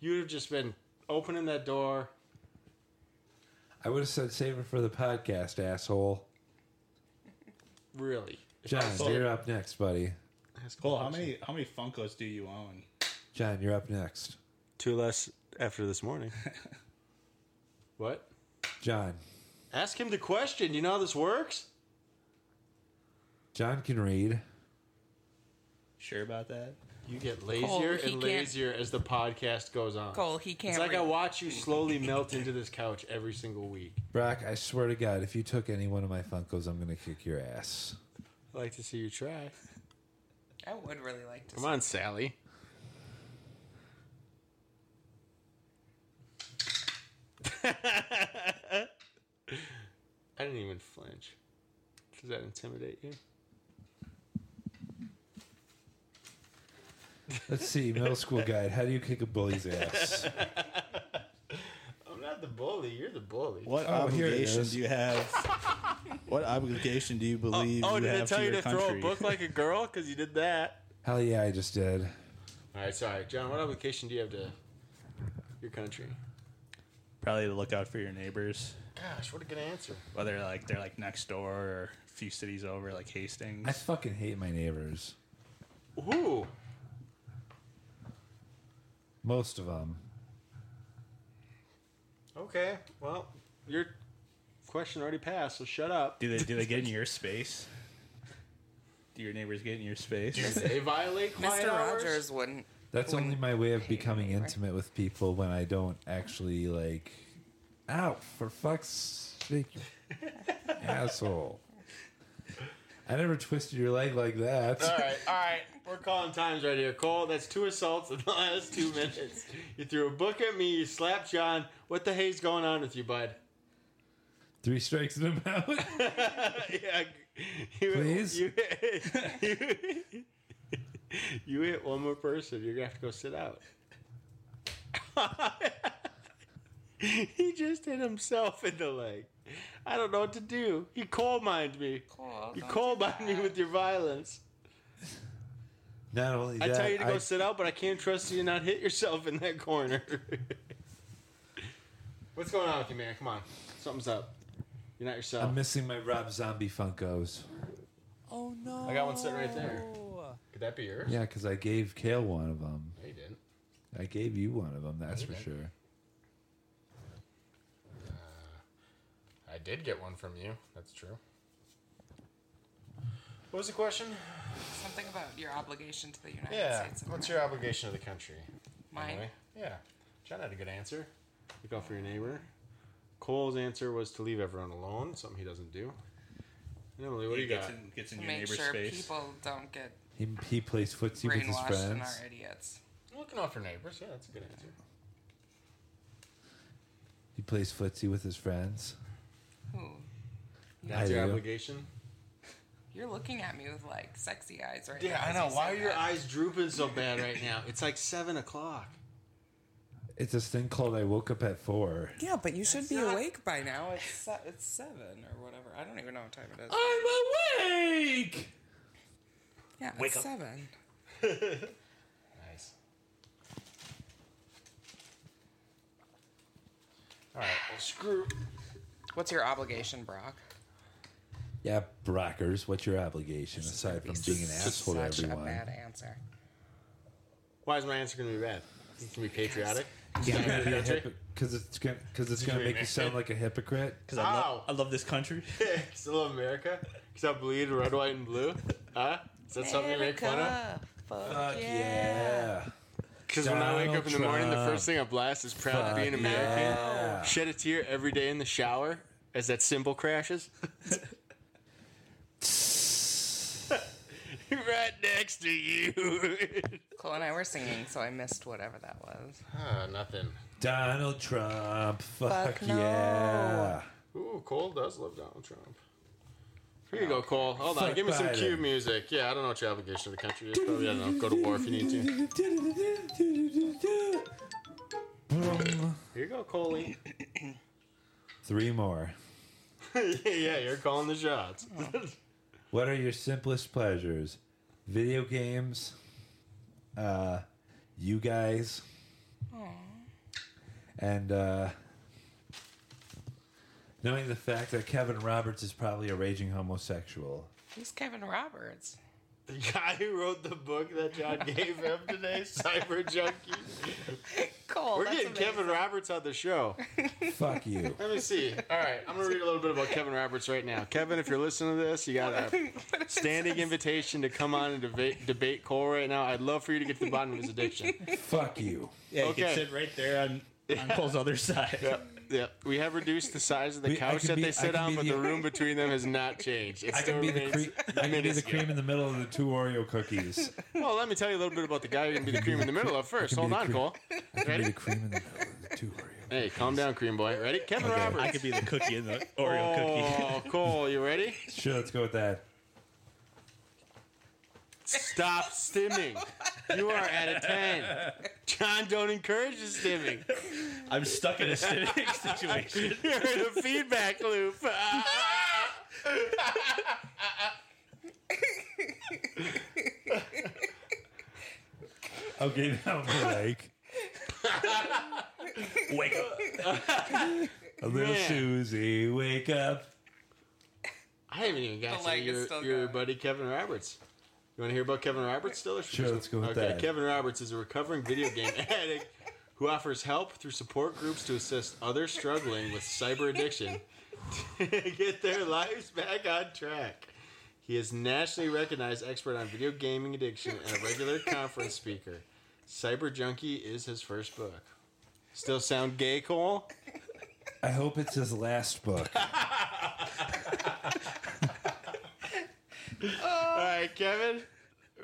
you would have just been opening that door. I would have said save it for the podcast, asshole. Really, John, you're up next, buddy. Cole, how many how many Funkos do you own? John, you're up next. Two less after this morning. what? John. Ask him the question. You know how this works. John can read. Sure about that? You get Cole, lazier he can't- and lazier as the podcast goes on. Cole, he can't It's like I read. watch you slowly melt into this couch every single week. Brock, I swear to God, if you took any one of my Funkos, I'm going to kick your ass. I like to see you try. I would really like to. Come on, Sally. I didn't even flinch. Does that intimidate you? Let's see, middle school guide. How do you kick a bully's ass? I'm not the bully. You're the bully. What Oh, here it obligation is. do you have? what obligation do you believe Oh, you did I have tell to you your to country? throw a book like a girl? Because you did that. Hell yeah, I just did. All right, sorry, John. What obligation do you have to your country? Probably to look out for your neighbors, Gosh, what a good answer. whether like they're like next door or a few cities over, like Hastings. I fucking hate my neighbors. Ooh. Most of them. Okay. Well, your question already passed, so shut up. Do they do they get in your space? Do your neighbors get in your space? They violate quiet Mr. hours? Rogers wouldn't. That's only my way of becoming intimate with people when I don't actually, like, out for fuck's sake, you asshole. I never twisted your leg like that. All right, all right. We're calling times right here, Cole. That's two assaults in the last two minutes. You threw a book at me. You slapped John. What the hey's going on with you, bud? Three strikes and I'm out. yeah. You, Please? You, you- you hit one more person. You're gonna have to go sit out. he just hit himself in the leg. I don't know what to do. He coal mined me. you don't coal mined me with your violence. Not only I that, tell you to go I- sit out, but I can't trust you to not hit yourself in that corner. What's going on with you, man? Come on. Something's up. You're not yourself. I'm missing my Rob Zombie Funkos. Oh no! I got one sitting right there. Could that be yours? Yeah, because I gave Kale one of them. No, you didn't. I gave you one of them, that's You for did. sure. I did get one from you. That's true. What was the question? Something about your obligation to the United Yeah. States. of What's America. your obligation to the country? Mine? Anyway, Yeah. John had a good answer. Look out for your neighbor. Cole's answer was to leave everyone alone, something he doesn't do. And Emily, what He do you gets got? in- gets To make sure people don't get He, he plays footsie with his brainwashed and friends. are idiots. Looking out for neighbors. Yeah, that's a good answer. He plays footsie with his friends. Who? That's I your do. obligation. You're looking at me with like sexy eyes right Yeah, now. I as know. you Why say are your that. eyes drooping so bad right now? It's like seven o'clock. It's this thing called I Woke Up at Four. Yeah, but you should be not- awake by now. It's se- it's seven or whatever. I don't even know what time it is. I'm awake. yeah, Wake it's up. seven. Nice. All right. Well, screw. What's your obligation, Brock? Yeah, Brockers, what's your obligation aside from being an asshole to Such everyone? a bad answer. Why is my answer going to be bad? It's going to be patriotic. Yeah, It's you're gonna gonna be a country? hypo- Cause it's gonna, cause it's Did gonna you make you admit sound it? like a hypocrite. Because I, love, Ow. I love this country. 'Cause I love America. Because I bleed red, white, and blue. Huh? Is that something you make fun of? Fuck yeah! Because when I wake up in the morning, the Donald first thing I blast is proud to be an Fuck American. yeah. Shed a tear every day in the shower as that symbol crashes. right next to you. Cole and I were singing, so I missed whatever that was. Ah, nothing. Donald Trump. Fuck, Fuck no. yeah! Ooh, Cole does love Donald Trump. Here you go, Cole. Hold on. Fuck Give me some Biden. cue music. Yeah, I don't know what your obligation to the country is. Probably, I don't know. Go to war if you need to. Here you go, Coley. Three more. yeah, you're calling the shots. What are your simplest pleasures? Video games, uh, you guys, and uh, knowing the fact that Kevin Roberts is probably a raging homosexual. Who's Kevin Roberts? The guy who wrote the book that John gave him today, Cyber Junkie. Cool. We're that's getting Kevin Roberts on the show. Fuck you. Let me see. All right, I'm gonna read a little bit about Kevin Roberts right now. Kevin, if you're listening to this, you got a standing invitation to come on and debate debate Cole right now. I'd love for you to get to the bottom of his addiction. Fuck you. Yeah, you Okay. can sit right there on, on Cole's other side. Yep. Yep. We have reduced the size of the We- I couch could that be- I they sit could on, be but the- the room between them has not changed. It I still could be the remains cre- I could be the minuscule. cream in the middle of the two Oreo cookies. Well, let me tell you a little bit about the guy you're gonna be the cream in the middle of first. I can Hold be on, the Cole. I could be Ready? the cream in the Hey, calm down, cream boy. Ready? Kevin Okay. Roberts. I could be the cookie in the Oreo oh, cookie. Cole, you ready? Sure, let's go with that. Stop stimming. You are at a 10. John, don't encourage the stimming. I'm stuck in a sitting situation. You're in a feedback loop. Okay, now I'm like Wake up. a little Man. Susie, wake up. I haven't even The got to leg is your, still your buddy Kevin Roberts. You want to hear about Kevin Roberts still? Or should Sure, we- let's go with okay, that. Kevin Roberts is a recovering video game addict who offers help through support groups to assist others struggling with cyber addiction to get their lives back on track. He is nationally recognized expert on video gaming addiction and a regular conference speaker. Cyber Junkie is his first book. Still sound gay, Cole? I hope it's his last book. All right, Kevin,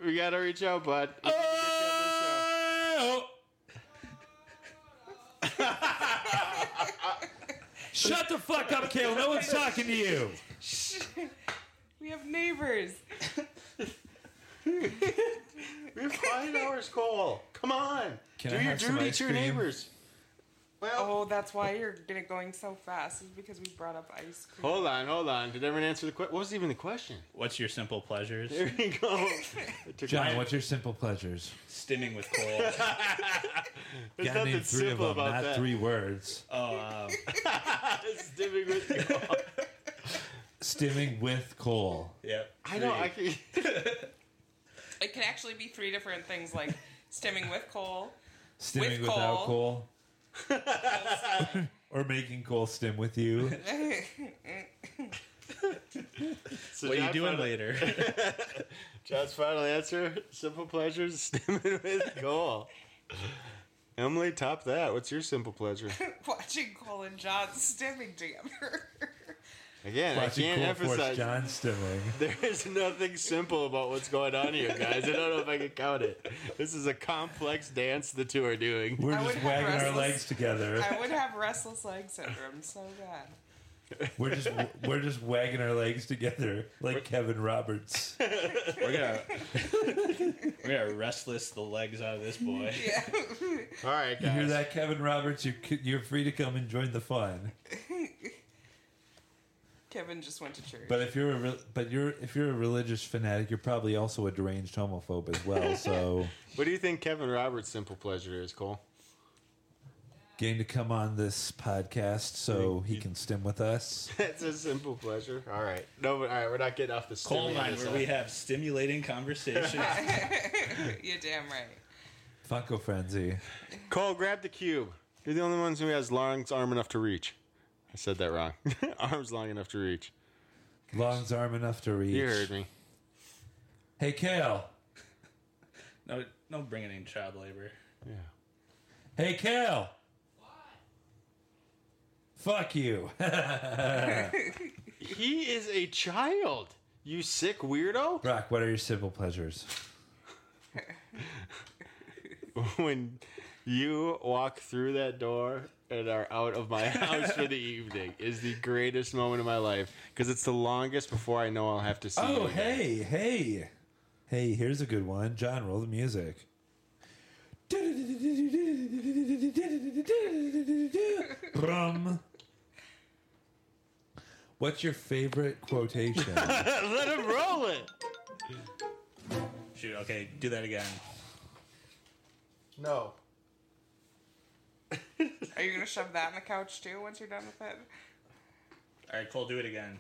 we gotta reach out, bud. Shut the fuck up, Kale. No one's talking to you. we have neighbors. We have five hours, Cole. Come on. Can Do I your have some duty ice to your cream? neighbors. oh, that's why you're getting going so fast is because we brought up ice cream. Hold on, hold on. Did everyone answer the question? What was even the question? What's your simple pleasures? There you go. It took John, my- what's your simple pleasures? Stimming with Cole. There's Gotta nothing name three of simple them, about not that. three words. Oh, um, Stimming with the Cole. Stimming with Cole. Yep. I know. I can. It could actually be three different things like stemming with coal. Stimming With without Cole. Cole. or making Cole stim with you. So what are you John doing found- later? John's final answer: simple pleasures, stimming with Cole. Emily, top that. What's your simple pleasure? Watching Cole and John stemming together. Again, I can't force emphasize. John stimming. There is nothing simple about what's going on here, guys. I don't know if I can count it. This is a complex dance the two are doing. We're I would just have wagging our restless- legs together. I would have restless leg syndrome so bad. We're just we're just wagging our legs together like Kevin Roberts. we're gonna we're gonna restless the legs out of this boy. Yeah. All right, You hear that, Kevin Roberts? You're c- you're free to come and join the fun. Kevin just went to church. But if you're a re- but you're if you're a religious fanatic, you're probably also a deranged homophobe as well. So What do you think Kevin Roberts' simple pleasure is, Cole? getting to come on this podcast so he can stim with us. That's a simple pleasure. All right. No, but all right, we're not getting off the Coal stimulus mine where side. we have stimulating conversations. You're damn right. Funko frenzy. Cole, grab the cube. You're the only ones who has longs arm enough to reach. I said that wrong. Arms long enough to reach. Long's arm enough to reach. You heard me. Hey, Kale. no, no bringing in child labor. Yeah. Hey, Kale. Fuck you. he is a child. You sick weirdo. Brock, what are your simple pleasures? when you walk through that door and are out of my house for the evening is the greatest moment of my life because it's the longest before I know I'll have to see you. Oh, again. hey, hey. Hey, here's a good one. John, roll the music. Brum. What's your favorite quotation? Let him roll it. Shoot. Okay, do that again. No. Are you gonna shove that in the couch too once you're done with it? All right, Cole, do it again.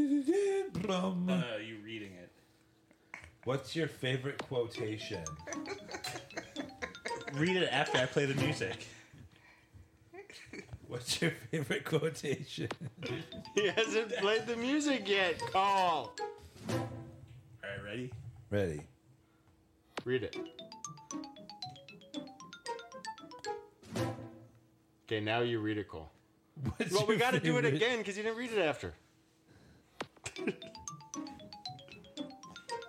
No, no, Uh, you reading it. What's your favorite quotation? Read it after I play the music. What's your favorite quotation? He hasn't played the music yet. Call. All right, ready? Ready. Read it. Okay, now you read it, Cole. well, we your got to do it favorite- again because you didn't read it after.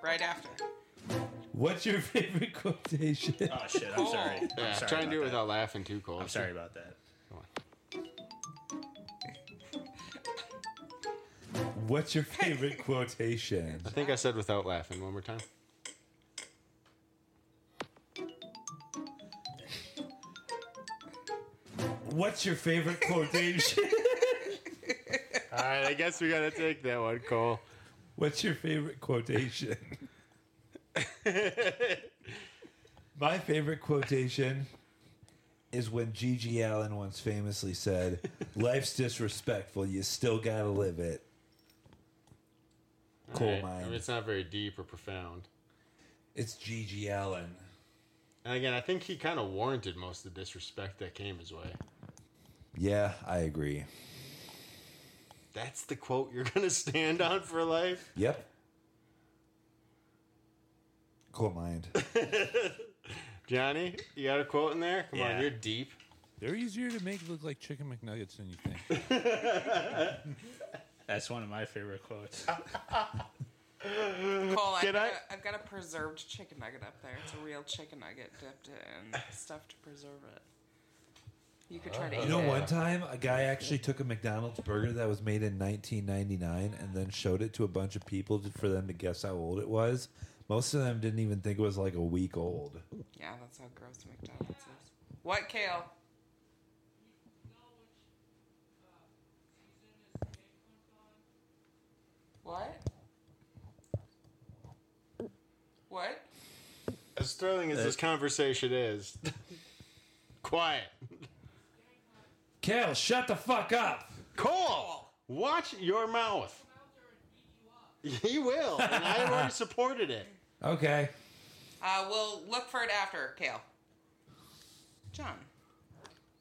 Right after. What's your favorite quotation? Oh shit! I'm sorry. I'm Yeah, sorry try and about do it that. without laughing too, Cole. I'm sorry about that. What's your favorite quotation? I think I said without laughing one more time. What's your favorite quotation? All right, I guess we got to take that one, Cole. What's your favorite quotation? My favorite quotation is when Gigi Allen once famously said, "Life's disrespectful. You still gotta live it." All Coal right, I mine. mean, it's not very deep or profound. It's Gigi Allen. And again, I think he kind of warranted most of the disrespect that came his way. Yeah, I agree. That's the quote you're going to stand on for life? Yep. Coal mind. Johnny, you got a quote in there? Come Yeah. on, you're deep. They're easier to make look like chicken McNuggets than you think. That's one of my favorite quotes. Cole, I've, Can got I- a- I've got a preserved chicken nugget up there. It's a real chicken nugget dipped in stuff to preserve it. You could try to eat You know, it. one time a guy actually took a McDonald's burger that was made in 1999 and then showed it to a bunch of people to- for them to guess how old it was. Most of them didn't even think it was like a week old. Yeah, that's how gross McDonald's is. What, Kale? What? What? As thrilling as Uh, this conversation is, quiet. Kale, shut the fuck up. Cole, watch your mouth. He will, and I already supported it. Okay. Uh, we'll look for it after, Kale. John,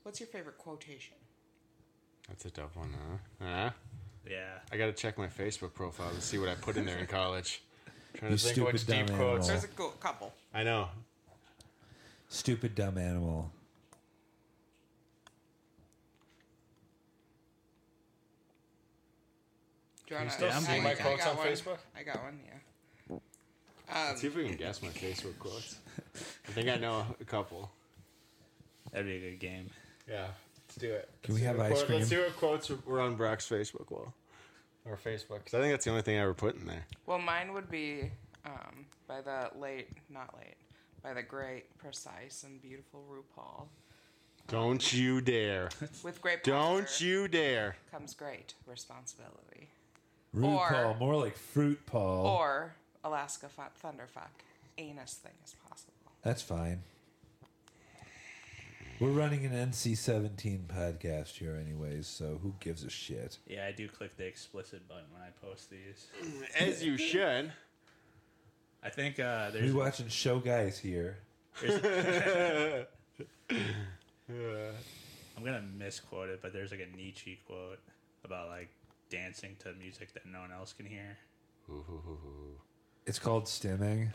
what's your favorite quotation? That's a tough one, huh? Huh? Yeah. I got to check my Facebook profile to see what I put in there in college. trying You to think stupid which dumb deep quotes. animal. There's a co- couple. I know. Stupid dumb animal. Do you wanna- still I- see I- my I quotes got on one. Facebook? I got one, yeah. Let's see if we can guess my Facebook quotes. I think I know a couple. That'd be a good game. Yeah, let's do it. Can we have ice Quote- Let's cream? see what quotes were on Brock's Facebook wall. Or Facebook. 'Cause I think that's the only thing I ever put in there. Well, mine would be um, by the late, not late, by the great, precise, and beautiful RuPaul. Don't you dare. With great Don't power you dare. comes great responsibility. Rude Or- Paul, more like Fruit Paul. Oh. Or Alaska fu- Thunderfuck. Anus thing is possible. That's fine. We're running an NC 17 podcast here, anyways, so who gives a shit? Yeah, I do click the explicit button when I post these. As you should. I think uh, We there's watching Show Guys here. There's- I'm gonna misquote it, but there's like a Nietzsche quote about like dancing to music that no one else can hear. It's called Stimming.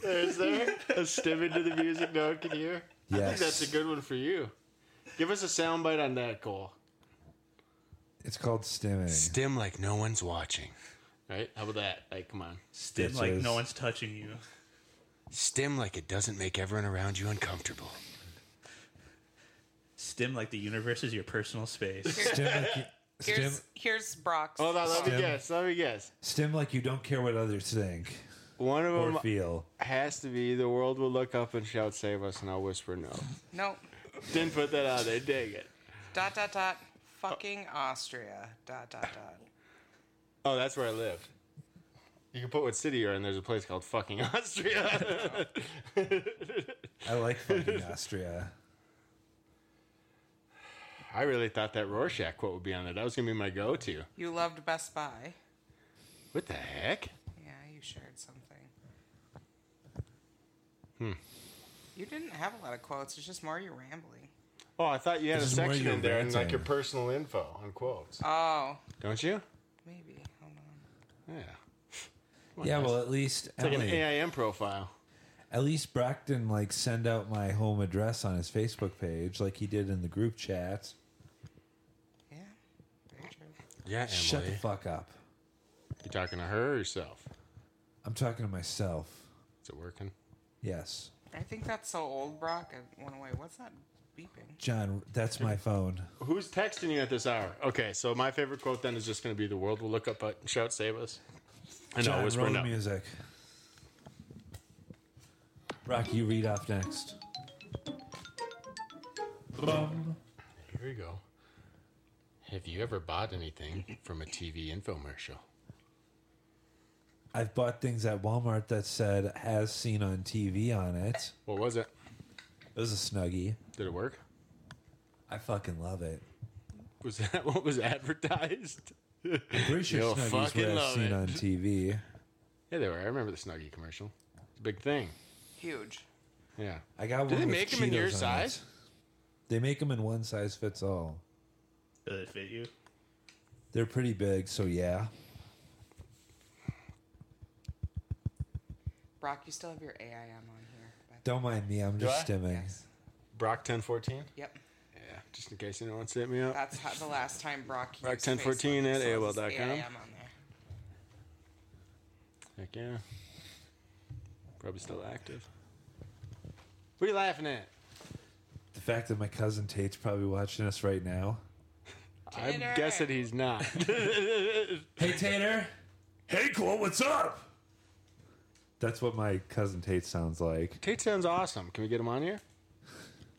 There's there a stim into the music no one can hear. I think Yes. that's a good one for you. Give us a soundbite on that, Cole. It's called Stimming. Stim like no one's watching. Right? How about that? Like, come on. Stim like no one's touching you. Stim like it doesn't make everyone around you uncomfortable. Stim like the universe is your personal space. Here's, here's Brock's. Hold on, let me Stim. guess. Let me guess. Stim like you don't care what others think One of or them feel. has to be the world will look up and shout, "Save us!" and I'll whisper, "No." Nope. Didn't put that out there. Dang it. Dot, dot, dot. Fucking Austria. Dot, dot, dot. Oh, that's where I lived. You can put what city you're in. There's a place called fucking Austria. I like fucking Austria. I really thought that Rorschach quote would be on there. That was gonna be my go-to. You loved Best Buy. What the heck? Yeah, you shared something. Hmm. You didn't have a lot of quotes. It's just more you rambling. Oh, I thought you had This a is where section you're in there and like ranting. your personal info on quotes. Oh, Don't you? maybe. Hold on. Yeah. yeah, well, at least It's like an Ellie- AIM profile. At least Brockton like send out my home address on his Facebook page, like he did in the group chat. Yeah, Emily. Shut the fuck up. You talking to her or yourself? I'm talking to myself. Is it working? Yes, I think that's so old, Brock. It went away. What's that beeping? John. That's my phone. Who's texting you at this hour? Okay, so my favorite quote then is just going to be "The world will look up, but shout save us." I know, John, whisper roll the no. music. Rock, you read off next. Here we go. Have you ever bought anything from a TV infomercial? I've bought things at Walmart that said "as seen on TV" on it. What was it? It was a snuggie. Did it work? I fucking love it. Was that what was advertised? I'm pretty sure You'll snuggies fucking were as love seen it. on TV. Yeah, they were. I remember the Snuggie commercial. It's a big thing. Huge. Yeah. I got Do one they with make 'em in your Cheetos on size? it. They make them in one size fits all. Does it fit you? They're pretty big, so yeah. Brock, you still have your AIM on here. by the Don't mind me. I'm Do just I? stimming. Brock ten fourteen. way. Yep. Yeah, just in case anyone wants to hit me up. That's how, the last time Brock used Brock 1014 Facebook, at so it AOL was dot com. AIM on there. Heck yeah. Probably still active. What are you laughing at? The fact that my cousin Tate's probably watching us right now. I'm guessing he's not. hey Tater. Hey Cole, what's up? That's what my cousin Tate sounds like. Tate sounds awesome. Can we get him on here?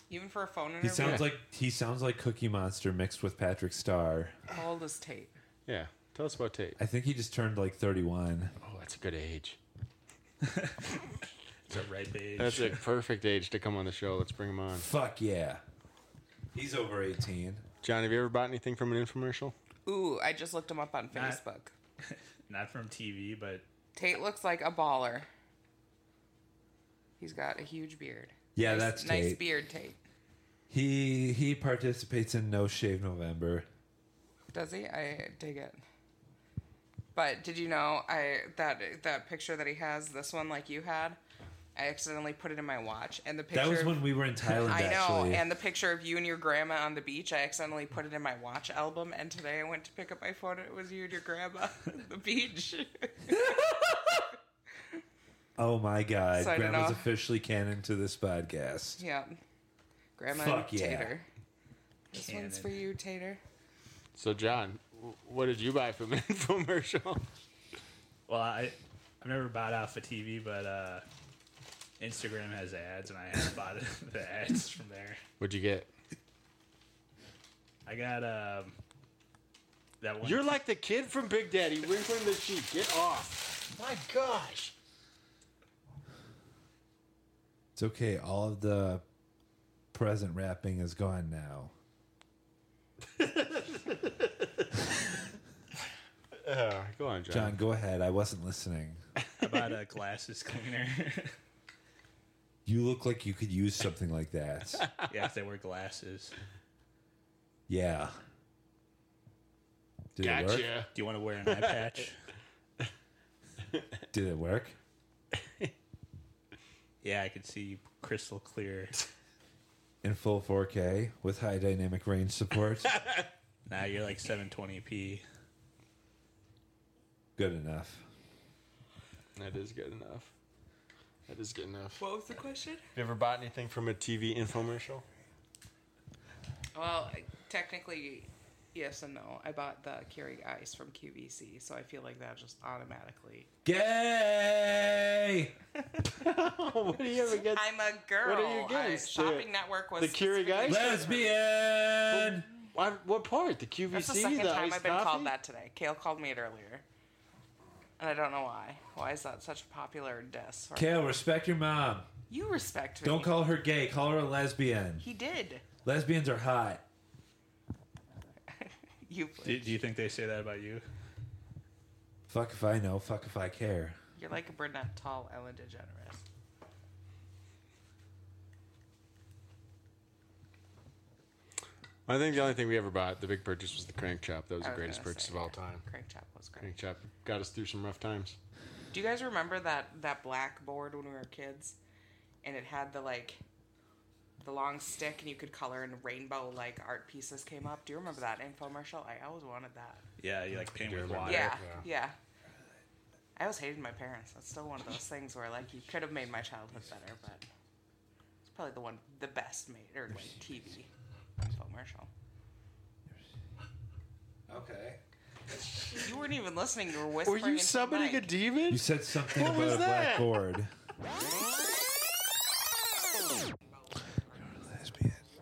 Even for a phone interview. He sounds like he sounds like Cookie Monster mixed with Patrick Starr. How old is Tate? Yeah. Tell us about Tate. I think he just turned like 31. Oh, that's a good age. It's a ripe age. That's a perfect age to come on the show. Let's bring him on. Fuck yeah. He's over 18. John, have you ever bought anything from an infomercial? Ooh, I just looked him up on Not- Facebook. Not from TV, but Tate looks like a baller. He's got a huge beard. Yeah, nice, that's nice Tate. beard, Tate. He he participates in No Shave November. Does he? I dig it. But did you know I that that picture that he has, this one like you had, I accidentally put it in my watch, and the picture. That was when we were in Thailand. I know, actually. and the picture of you and your grandma on the beach, I accidentally put it in my watch album, and today I went to pick up my phone, and it was you and your grandma on the beach. Oh my god, So I don't Grandma's know. officially canon to this podcast. yeah, grandma Fuck yeah. Tater. This one's for Canon. you, Tater. So, John, w- what did you buy from an infomercial? Well, I I've never bought off a TV, but uh, Instagram has ads, and I have bought the ads from there. What'd you get? I got um that one. You're like the kid from Big Daddy whimpering the sheep. Get off. My gosh. It's okay. All of the present wrapping is gone now. Uh, go on, John. John, go ahead. I wasn't listening. I bought a glasses cleaner. You look like you could use something like that. yeah, if they wear glasses. Yeah. Did it work? Do you want to wear an eye patch? Did it work? Yeah, I could see crystal clear. In full 4K with high dynamic range support? Now you're like 720p. Good enough. That is good enough. That is good enough. What was the question? You ever bought anything from a TV infomercial? Well, I- technically, yes and no. I bought the Keurig Ice from QVC, so I feel like that just automatically. Gay! what do you ever get? I'm a girl. What are you I- getting? Shopping Network was the specifically- Keurig Ice. Lesbian. What, what part? The QVC. That's the second time iced I've been coffee? called that today. Kale called me it earlier. And I don't know why. Why is that such a popular diss? Kale, respect your mom. You respect me. Don't call her gay. Call her a lesbian. He did. Lesbians are hot. You. Do, do you think they say that about you? Fuck if I know. Fuck if I care. You're like a brunette, tall Ellen DeGeneres. I think the only thing we ever bought, the big purchase, was the crank chop. That was I the was greatest gonna purchase say, of all yeah, time. Crank chop was great. Crank chop got us through some rough times. Do you guys remember that that blackboard when we were kids, and it had the like, the long stick, and you could color and rainbow like art pieces came up. Do you remember that infomercial? I always wanted that. Yeah, you like paint with water. Yeah, yeah. I always hated my parents. That's still one of those things where like you could have made my childhood better, but it's probably the one the best made or like TV infomercial. Okay. You weren't even listening. You were whispering. into the mic. a demon? You said something What about was a that? blackboard.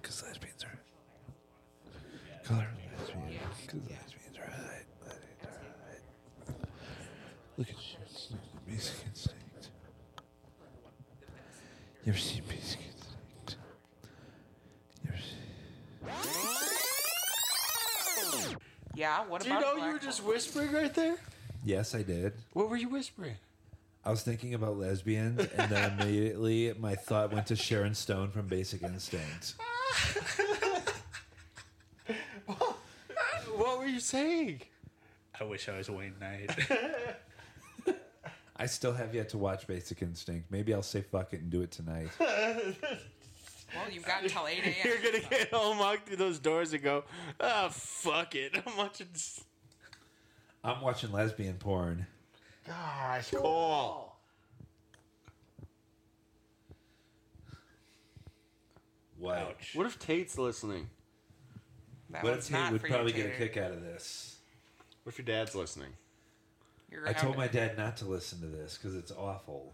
Because lesbians are. Call her a lesbian. Because lesbians are hot. Lesbians are hot. Look at you. It's like the basic instinct. You ever seen basic instinct? You ever seen. Yeah. What Do you about? know you were just whispering right there? Yes, I did. What were you whispering? I was thinking about lesbians, and then immediately my thought went to Sharon Stone from Basic Instinct. What were you saying? I wish I was Wayne Knight. I still have yet to watch Basic Instinct. Maybe I'll say fuck it and do it tonight. Well, you've got until eight a.m. You're gonna get home, walk through those doors, and go, ah, fuck it. I'm watching. s- I'm watching lesbian porn. Gosh, Cole. Wow. What if Tate's listening? That What if Tate would probably get a kick out of this? What if your dad's listening? You're I told out. my dad not to listen to this because it's awful.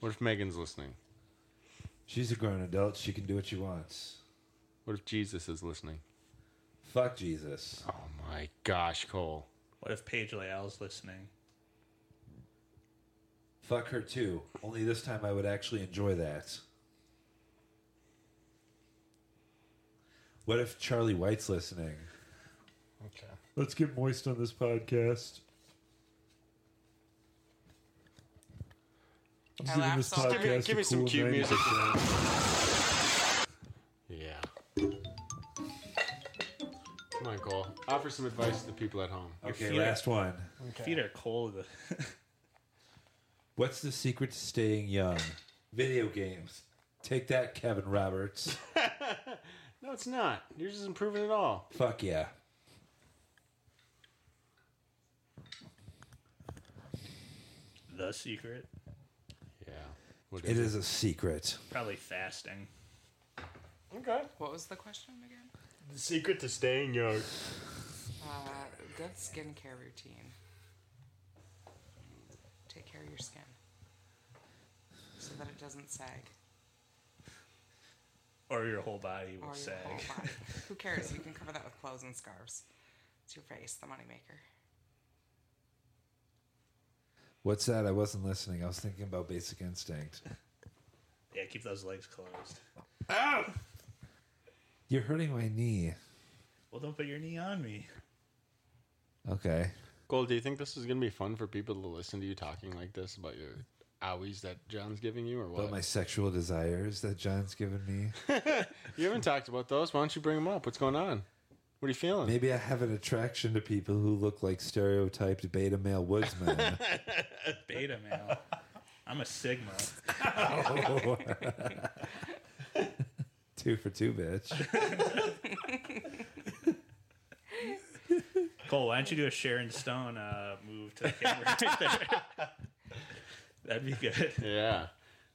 What if Megan's listening? She's a grown adult. She can do what she wants. What if Jesus is listening? Fuck Jesus. Oh my gosh, Cole. What if Paige Leal's listening? Fuck her too. Only this time I would actually enjoy that. What if Charlie White's listening? Okay. Let's get moist on this podcast. I'm just giving this podcast Give me, give me a some cool cute 90%. music. yeah. Come on, Cole. Offer some advice to the people at home. Okay, last one. Okay. Feet are cold. What's the secret to staying young? Video games. Take that, Kevin Roberts. No, it's not. Yours isn't proven at all. Fuck yeah. the secret. Yeah. it is a secret. Probably fasting. Okay. What was the question again? The secret to staying young. Uh, good skincare routine. Take care of your skin so that it doesn't sag. Or your whole body Or your will sag. whole body. Who cares? You can cover that with clothes and scarves. It's your face, the moneymaker. What's that? I wasn't listening. I was thinking about Basic Instinct. Yeah, keep those legs closed. You're hurting my knee. Well, don't put your knee on me. Okay. Cole, do you think this is going to be fun for people to listen to you talking like this about your owies that John's giving you or what? About my sexual desires that John's given me. you haven't talked about those. Why don't you bring them up? What's going on? What are you feeling? Maybe I have an attraction to people who look like stereotyped beta male woodsmen. Beta male. I'm a Sigma. two for two, bitch. Cole, why don't you do a Sharon Stone uh, move to the camera right there? That'd be good. Yeah.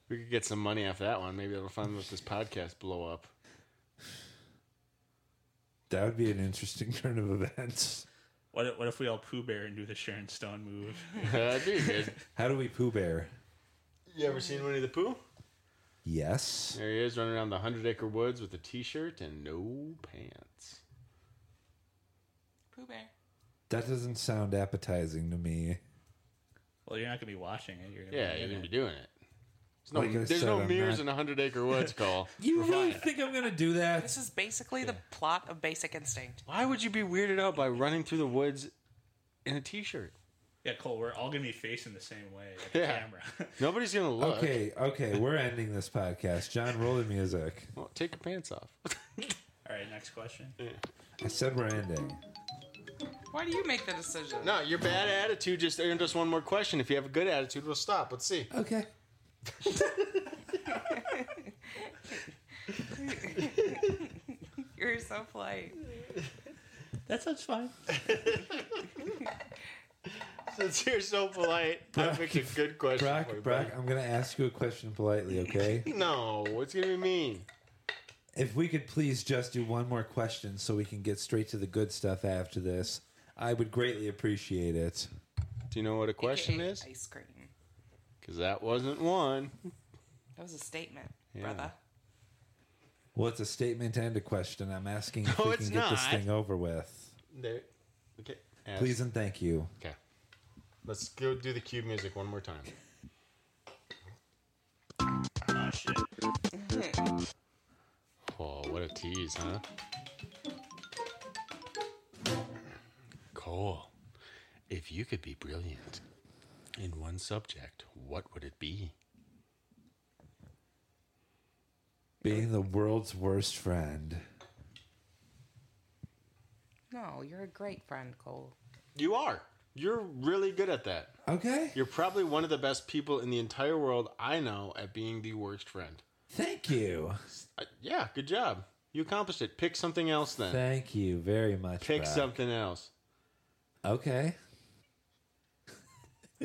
We could get some money off that one. Maybe it'll fund with this podcast blow up. that would be an interesting turn of events. What if, what if we all Pooh Bear and do the Sharon Stone move? How do we poo bear? You ever seen Winnie the Pooh? Yes. There he is running around the 100 acre woods with a t shirt and no pants. Pooh Bear. That doesn't sound appetizing to me. Well, you're not gonna be watching it. You're gonna Yeah, be you're in gonna be it. doing it. There's no, Like I there's said, no I'm mirrors not- in a hundred acre woods, Cole. You really think I'm gonna do that? This is basically the plot of Basic Instinct. Why would you be weirded out by running through the woods in a t-shirt? Yeah, Cole, we're all gonna be facing the same way at the Yeah. camera. Nobody's gonna look. Okay, okay, we're ending this podcast. John, roll the music. Well, take your pants off. all right, next question. I said we're ending. Why do you make the decision? No, your bad attitude just earned us one more question. If you have a good attitude, we'll stop. Let's see. Okay. You're so polite. That sounds fine. Since you're so polite, I picked a good question. Brock, for you, Brock, buddy. I'm gonna ask you a question politely, okay? No, what's gonna be mean? If we could please just do one more question so we can get straight to the good stuff after this, I would greatly appreciate it. Do you know what a question AKA is? ice cream. Because that wasn't one. That was a statement, Yeah. brother. Well, it's a statement and a question. I'm asking if No, we it's can get this not. thing over with. There. Okay. ask. Please and thank you. Okay. Let's go do the cube music one more time. Oh shit. Oh, what a tease, huh? Cole, if you could be brilliant in one subject, what would it be? Being the world's worst friend. No, you're a great friend, Cole. You are. You're really good at that. Okay. You're probably one of the best people in the entire world I know at being the worst friend. Thank you. Uh, yeah, good job. You accomplished it. Pick something else then. Thank you very much. Pick Brock. something else. Okay.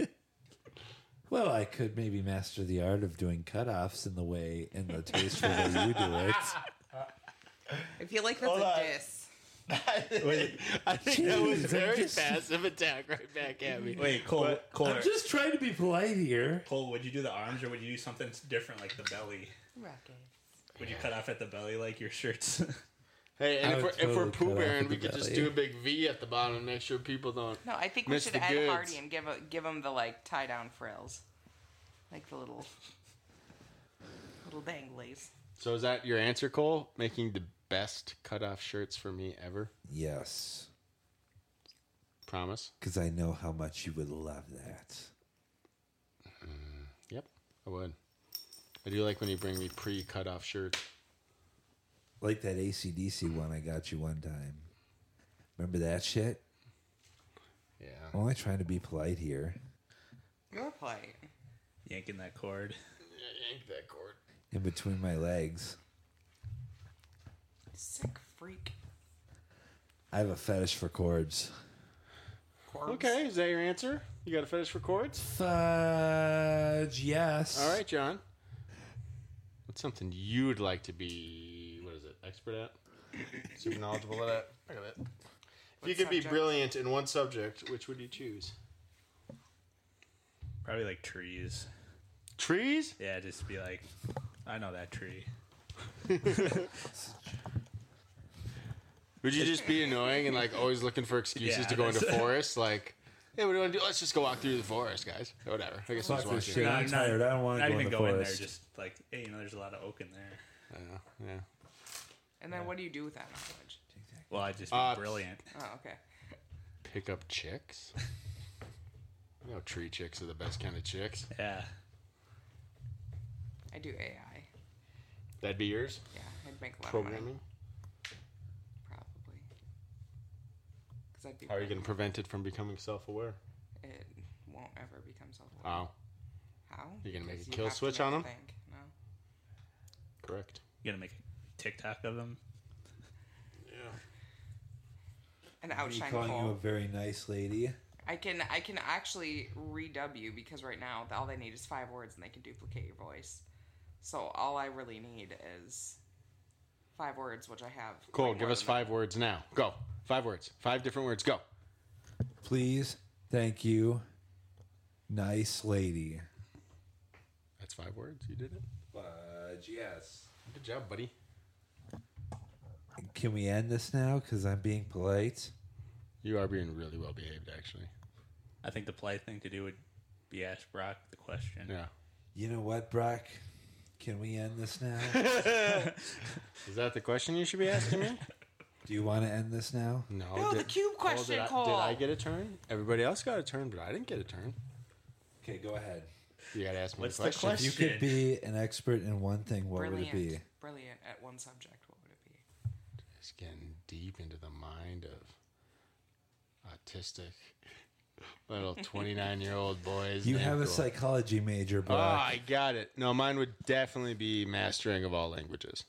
well, I could maybe master the art of doing cutoffs in the way, in the tasteful way you do it. I feel like that's a diss. I think that was Jeez, I'm very just- passive attack right back at me. Wait, Cole. Cole, I'm just trying to be polite here. Cole, would you do the arms or would you do something different, like the belly? Rocket. Would you cut off at the belly like your shirts? Hey, and I if we're, would if we're totally cut Pooh off Bearing, at we the could just belly. do a big V at the bottom and make sure people don't. No, I think we miss should the add goods. Hardy and give a, give him the like tie down frills, like the little little danglies. So is that your answer, Cole? Making the best cutoff shirts for me ever? Yes, Promise? because I know how much you would love that. Yep, I would. I do like when you bring me pre-cutoff shirts. Like that ACDC one I got you one time. Remember that shit? Yeah. I'm only trying to be polite here. You're polite. Yanking that cord. Yeah, yank that cord. In between my legs. Sick freak. I have a fetish for cords. Okay, is that your answer? You got a fetish for cords? Fudge, yes. All right, John. What's something you'd like to be? What is it? Expert at? Super knowledgeable at? Look at that. If you What could be subject? brilliant in one subject, which would you choose? Probably like trees. Trees? Yeah, just be like, I know that tree. Would you just be annoying and like always looking for excuses Yeah, to go into that's- forests? Like, hey, what do you want to do? Let's just go walk through the forest, guys. Or Whatever. I guess Fuck I'll just walk this through. shit. I'm tired. I don't wanna not go in even the go in there. forest. Just like, hey, you know, there's a lot of oak in there. Yeah, yeah. And then what do you do with that knowledge? Well, I'd just be Uh, brilliant. Oh, okay. Pick up chicks. you know, tree chicks are the best kind of chicks. Yeah. I do AI. That'd be yours. Yeah, I'd make a lot of money Programming. probably. Because I'd be. How are you going to prevent it from becoming self-aware? It won't ever become self-aware. Wow. How? Oh. You gonna make Because a you kill have to switch make on it 'em? think, No. Correct. You gonna make a TikTok of them? And Are you outshine calling you a Cole. very nice lady? I can I can actually redub you because right now all they need is five words and they can duplicate your voice. So all I really need is five words, which I have. Cool. right Give now. us five words now. Go. Five words. Five different words. Go. Please, thank you, nice lady. That's five words. You did it. Fudge, yes. Good job, buddy. Can we end this now? Because I'm being polite. You are being really well behaved, actually. I think the polite thing to do would be asked Brock the question. Yeah. You know what, Brock? Can we end this now? Is that the question you should be asking me? Do you want to end this now? No. No, the cube question did I, call. Did I get a turn? Everybody else got a turn, but I didn't get a turn. Okay, go ahead. You gotta ask me What's the the question. If you could be an expert in one thing, what brilliant, would it be? brilliant at one subject. What would it be? Just getting deep into the mind of autistic little 29 year old boys. You named have a Gordon. psychology major, Oh, Brock. I got it. No, mine would definitely be mastering of all languages.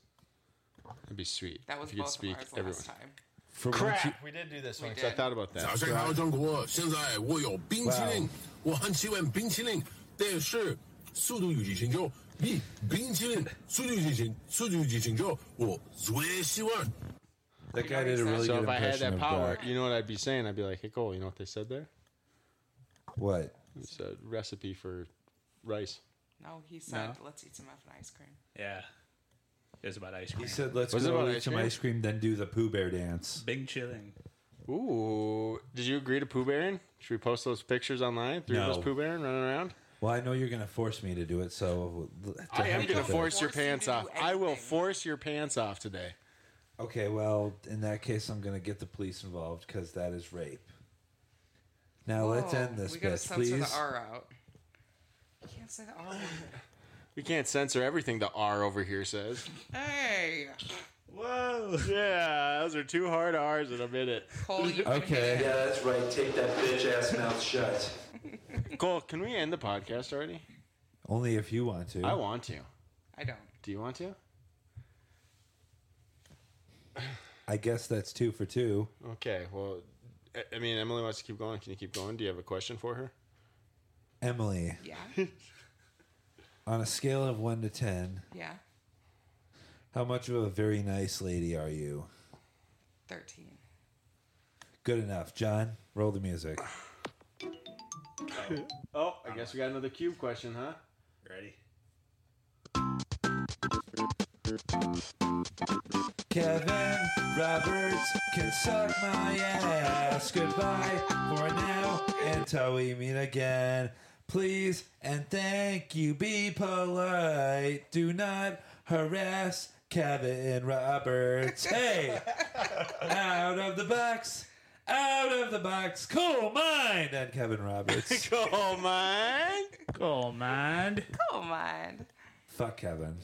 That'd be sweet. That was if you could both speak of ours everyone. last time. For Crap, once we did do this We one 'cause I did. thought about that. 早上看到中国，现在我有冰淇淋，我很喜欢冰淇淋，但是《速度与激情就比冰淇淋，《速度与激情》《速度与激情就我最喜欢。 That guy did a really so good if I impression had that of power, Brock. you know what I'd be saying? I'd be like, hey, Cole, you know what they said there? What? It's a recipe for rice. No, he said, No. "Let's eat some effing ice cream." Yeah. It was about ice cream. He said, "Let's Was it go about eat ice some cream? ice cream, then do the Pooh Bear dance." Big chilling. Ooh, did you agree to Pooh Baron? Should we post those pictures online? Three of No. us Pooh Baron running around? Well, I know you're going to force me to do it, so I am to going to help you. force your pants off. I will force your pants off today. Okay, well, in that case, I'm going to get the police involved because that is rape. Now Oh, let's Whoa, end this We gotta bitch, censor please. the R out. You can't say the R word. We can't censor everything the R over here says. Hey, Whoa. Yeah, those are two hard R's in a minute. Cole, you Okay. Yeah, that's right. Take that bitch ass mouth shut. Cole, can we end the podcast already? Only if you want to. I want to. I don't. Do you want to? I guess that's two for two. Okay, well, I- I mean, Emily wants to keep going. Can you keep going? Do you have a question for her? Emily, Yeah, on a scale of one to ten, yeah. how much of a very nice lady are you? Thirteen. Good enough, John. Roll the music. Oh, I guess we got another cube question, huh? Ready? Kevin Roberts can suck my ass. Goodbye for now until we meet again. Please and thank you. Be polite. Do not harass Kevin Roberts. Hey, out of the box. Out of the box. Cool mind. And Kevin Roberts. Coal mine. Coal mind. Coal mind. Fuck Kevin.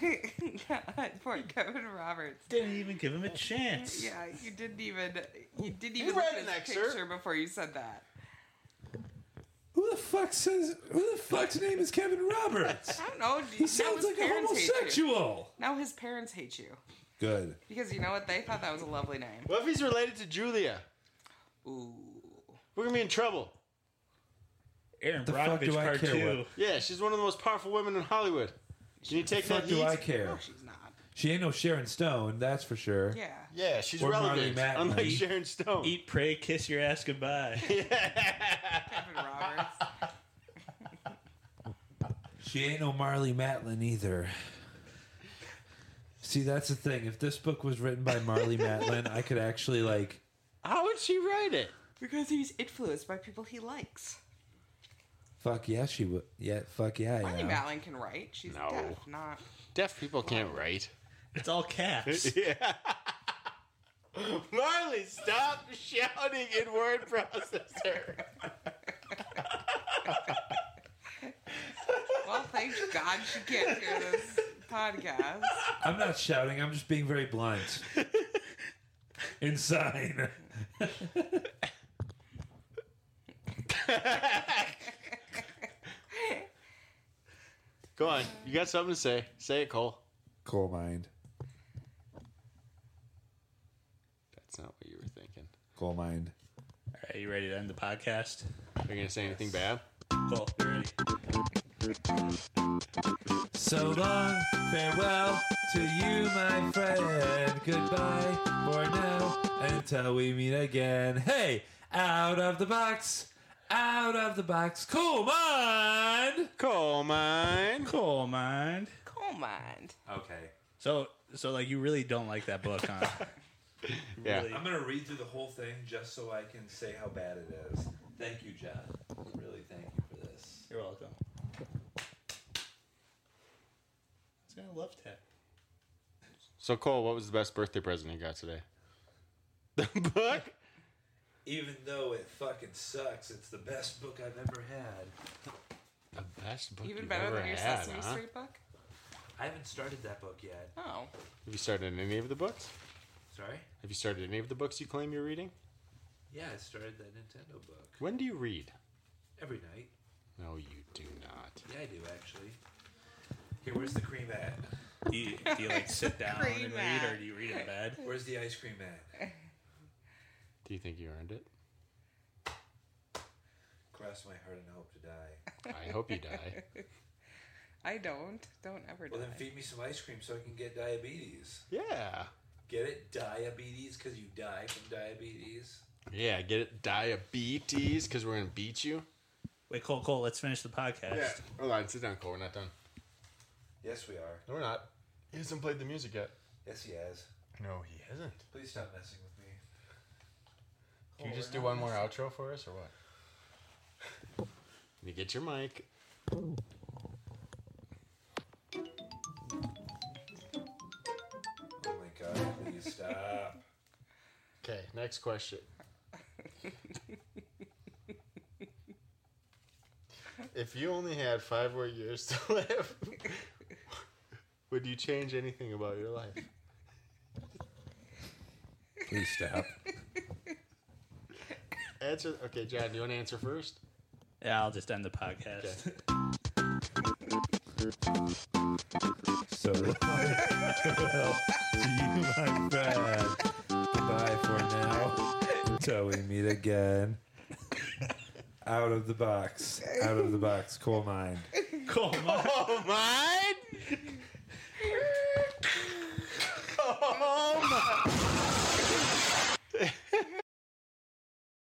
God, poor Kevin Roberts. Didn't even give him a chance. Yeah, you didn't even you didn't even look read at an his excerpt. picture before you said that. Who the fuck says? Who the fuck's name is Kevin Roberts? I don't know. He sounds like a homosexual. Now his parents hate you Good. because you know what? They thought that was a lovely name. What if he's related to Julia? Ooh. We're gonna be in trouble. Aaron The fuck Brockovich do I part care two. what- Yeah, she's one of the most powerful women in Hollywood. Can you take fuck that do heat? I care? No, she's not. She ain't no Sharon Stone, that's for sure. Yeah. Yeah, she's Or Marley relevant. Matlin. Unlike Eat- Sharon Stone. Eat, pray, kiss your ass goodbye. Kevin Roberts. She ain't no Marley Matlin either. See, that's the thing. If this book was written by Marley Matlin, I could actually like. How would she write it? Because he's influenced by people he likes. Fuck yeah, she would. Yeah, fuck yeah. Marley yeah. Matlin can write. She's No. deaf, not. Deaf people can't write. It's all caps. yeah. Marley, stop shouting in word processor. Well, thank God she can't hear this podcast. I'm not shouting. I'm just being very blunt. Insane. Go on. You got something to say. Say it, Cole. Coal mind. That's not what you were thinking. Coal mind. All right, you ready to end the podcast? Are you going to say anything bad? Cool. You ready? So long, farewell to you, my friend. Goodbye for now until we meet again. Hey, out of the box, out of the box. Cool mind. Coal mine. Coal mind. Coal mind. Okay, So, so like you really don't like that book, huh? Yeah. Really? I'm gonna read through the whole thing just so I can say how bad it is. Thank you, John. Really, thank you for this. So Cole, what was the best birthday present you got today? The book. Even though it fucking sucks, it's the best book I've ever had. The best book Even you've better ever than your had, Sesame huh? Street book? I haven't started that book yet. Oh. Have you started any of the books? Sorry? Have you started any of the books you claim you're reading? Yeah, I started that Nintendo book When do you read? every night. No, you do not. Yeah, I do actually. Here, where's the cream at? Do you, do you like sit down Cream and read, or at. do you read in bed? Where's the ice cream at? Do you think you earned it? Cross my heart and hope to die. I hope you die. I don't. Don't ever Well, die. then feed me some ice cream so I can get diabetes. Yeah. Get it? Diabetes? Because you die from diabetes? Yeah, get it? Diabetes, because we're going to beat you? Wait, Cole, Cole, let's finish the podcast. Yeah. Hold on, sit down, Cole. We're not done. Yes, we are. No, we're not. He hasn't played the music yet. Yes, he has. No, he hasn't. Please stop messing with me. Can you Oh, just we're do not one more messing- outro for us, or what? You get your mic. Oh my god, please stop. Okay, next question. if you only had five more years to live, would you change anything about your life? Please stop. Answer. Okay, John, do you want to answer first? Yeah, I'll just end the podcast. So, well, to you, my friend. Goodbye for now. Until we meet again. Out of the box. Out of the box. Coal mine. Coal mine. Coal mine?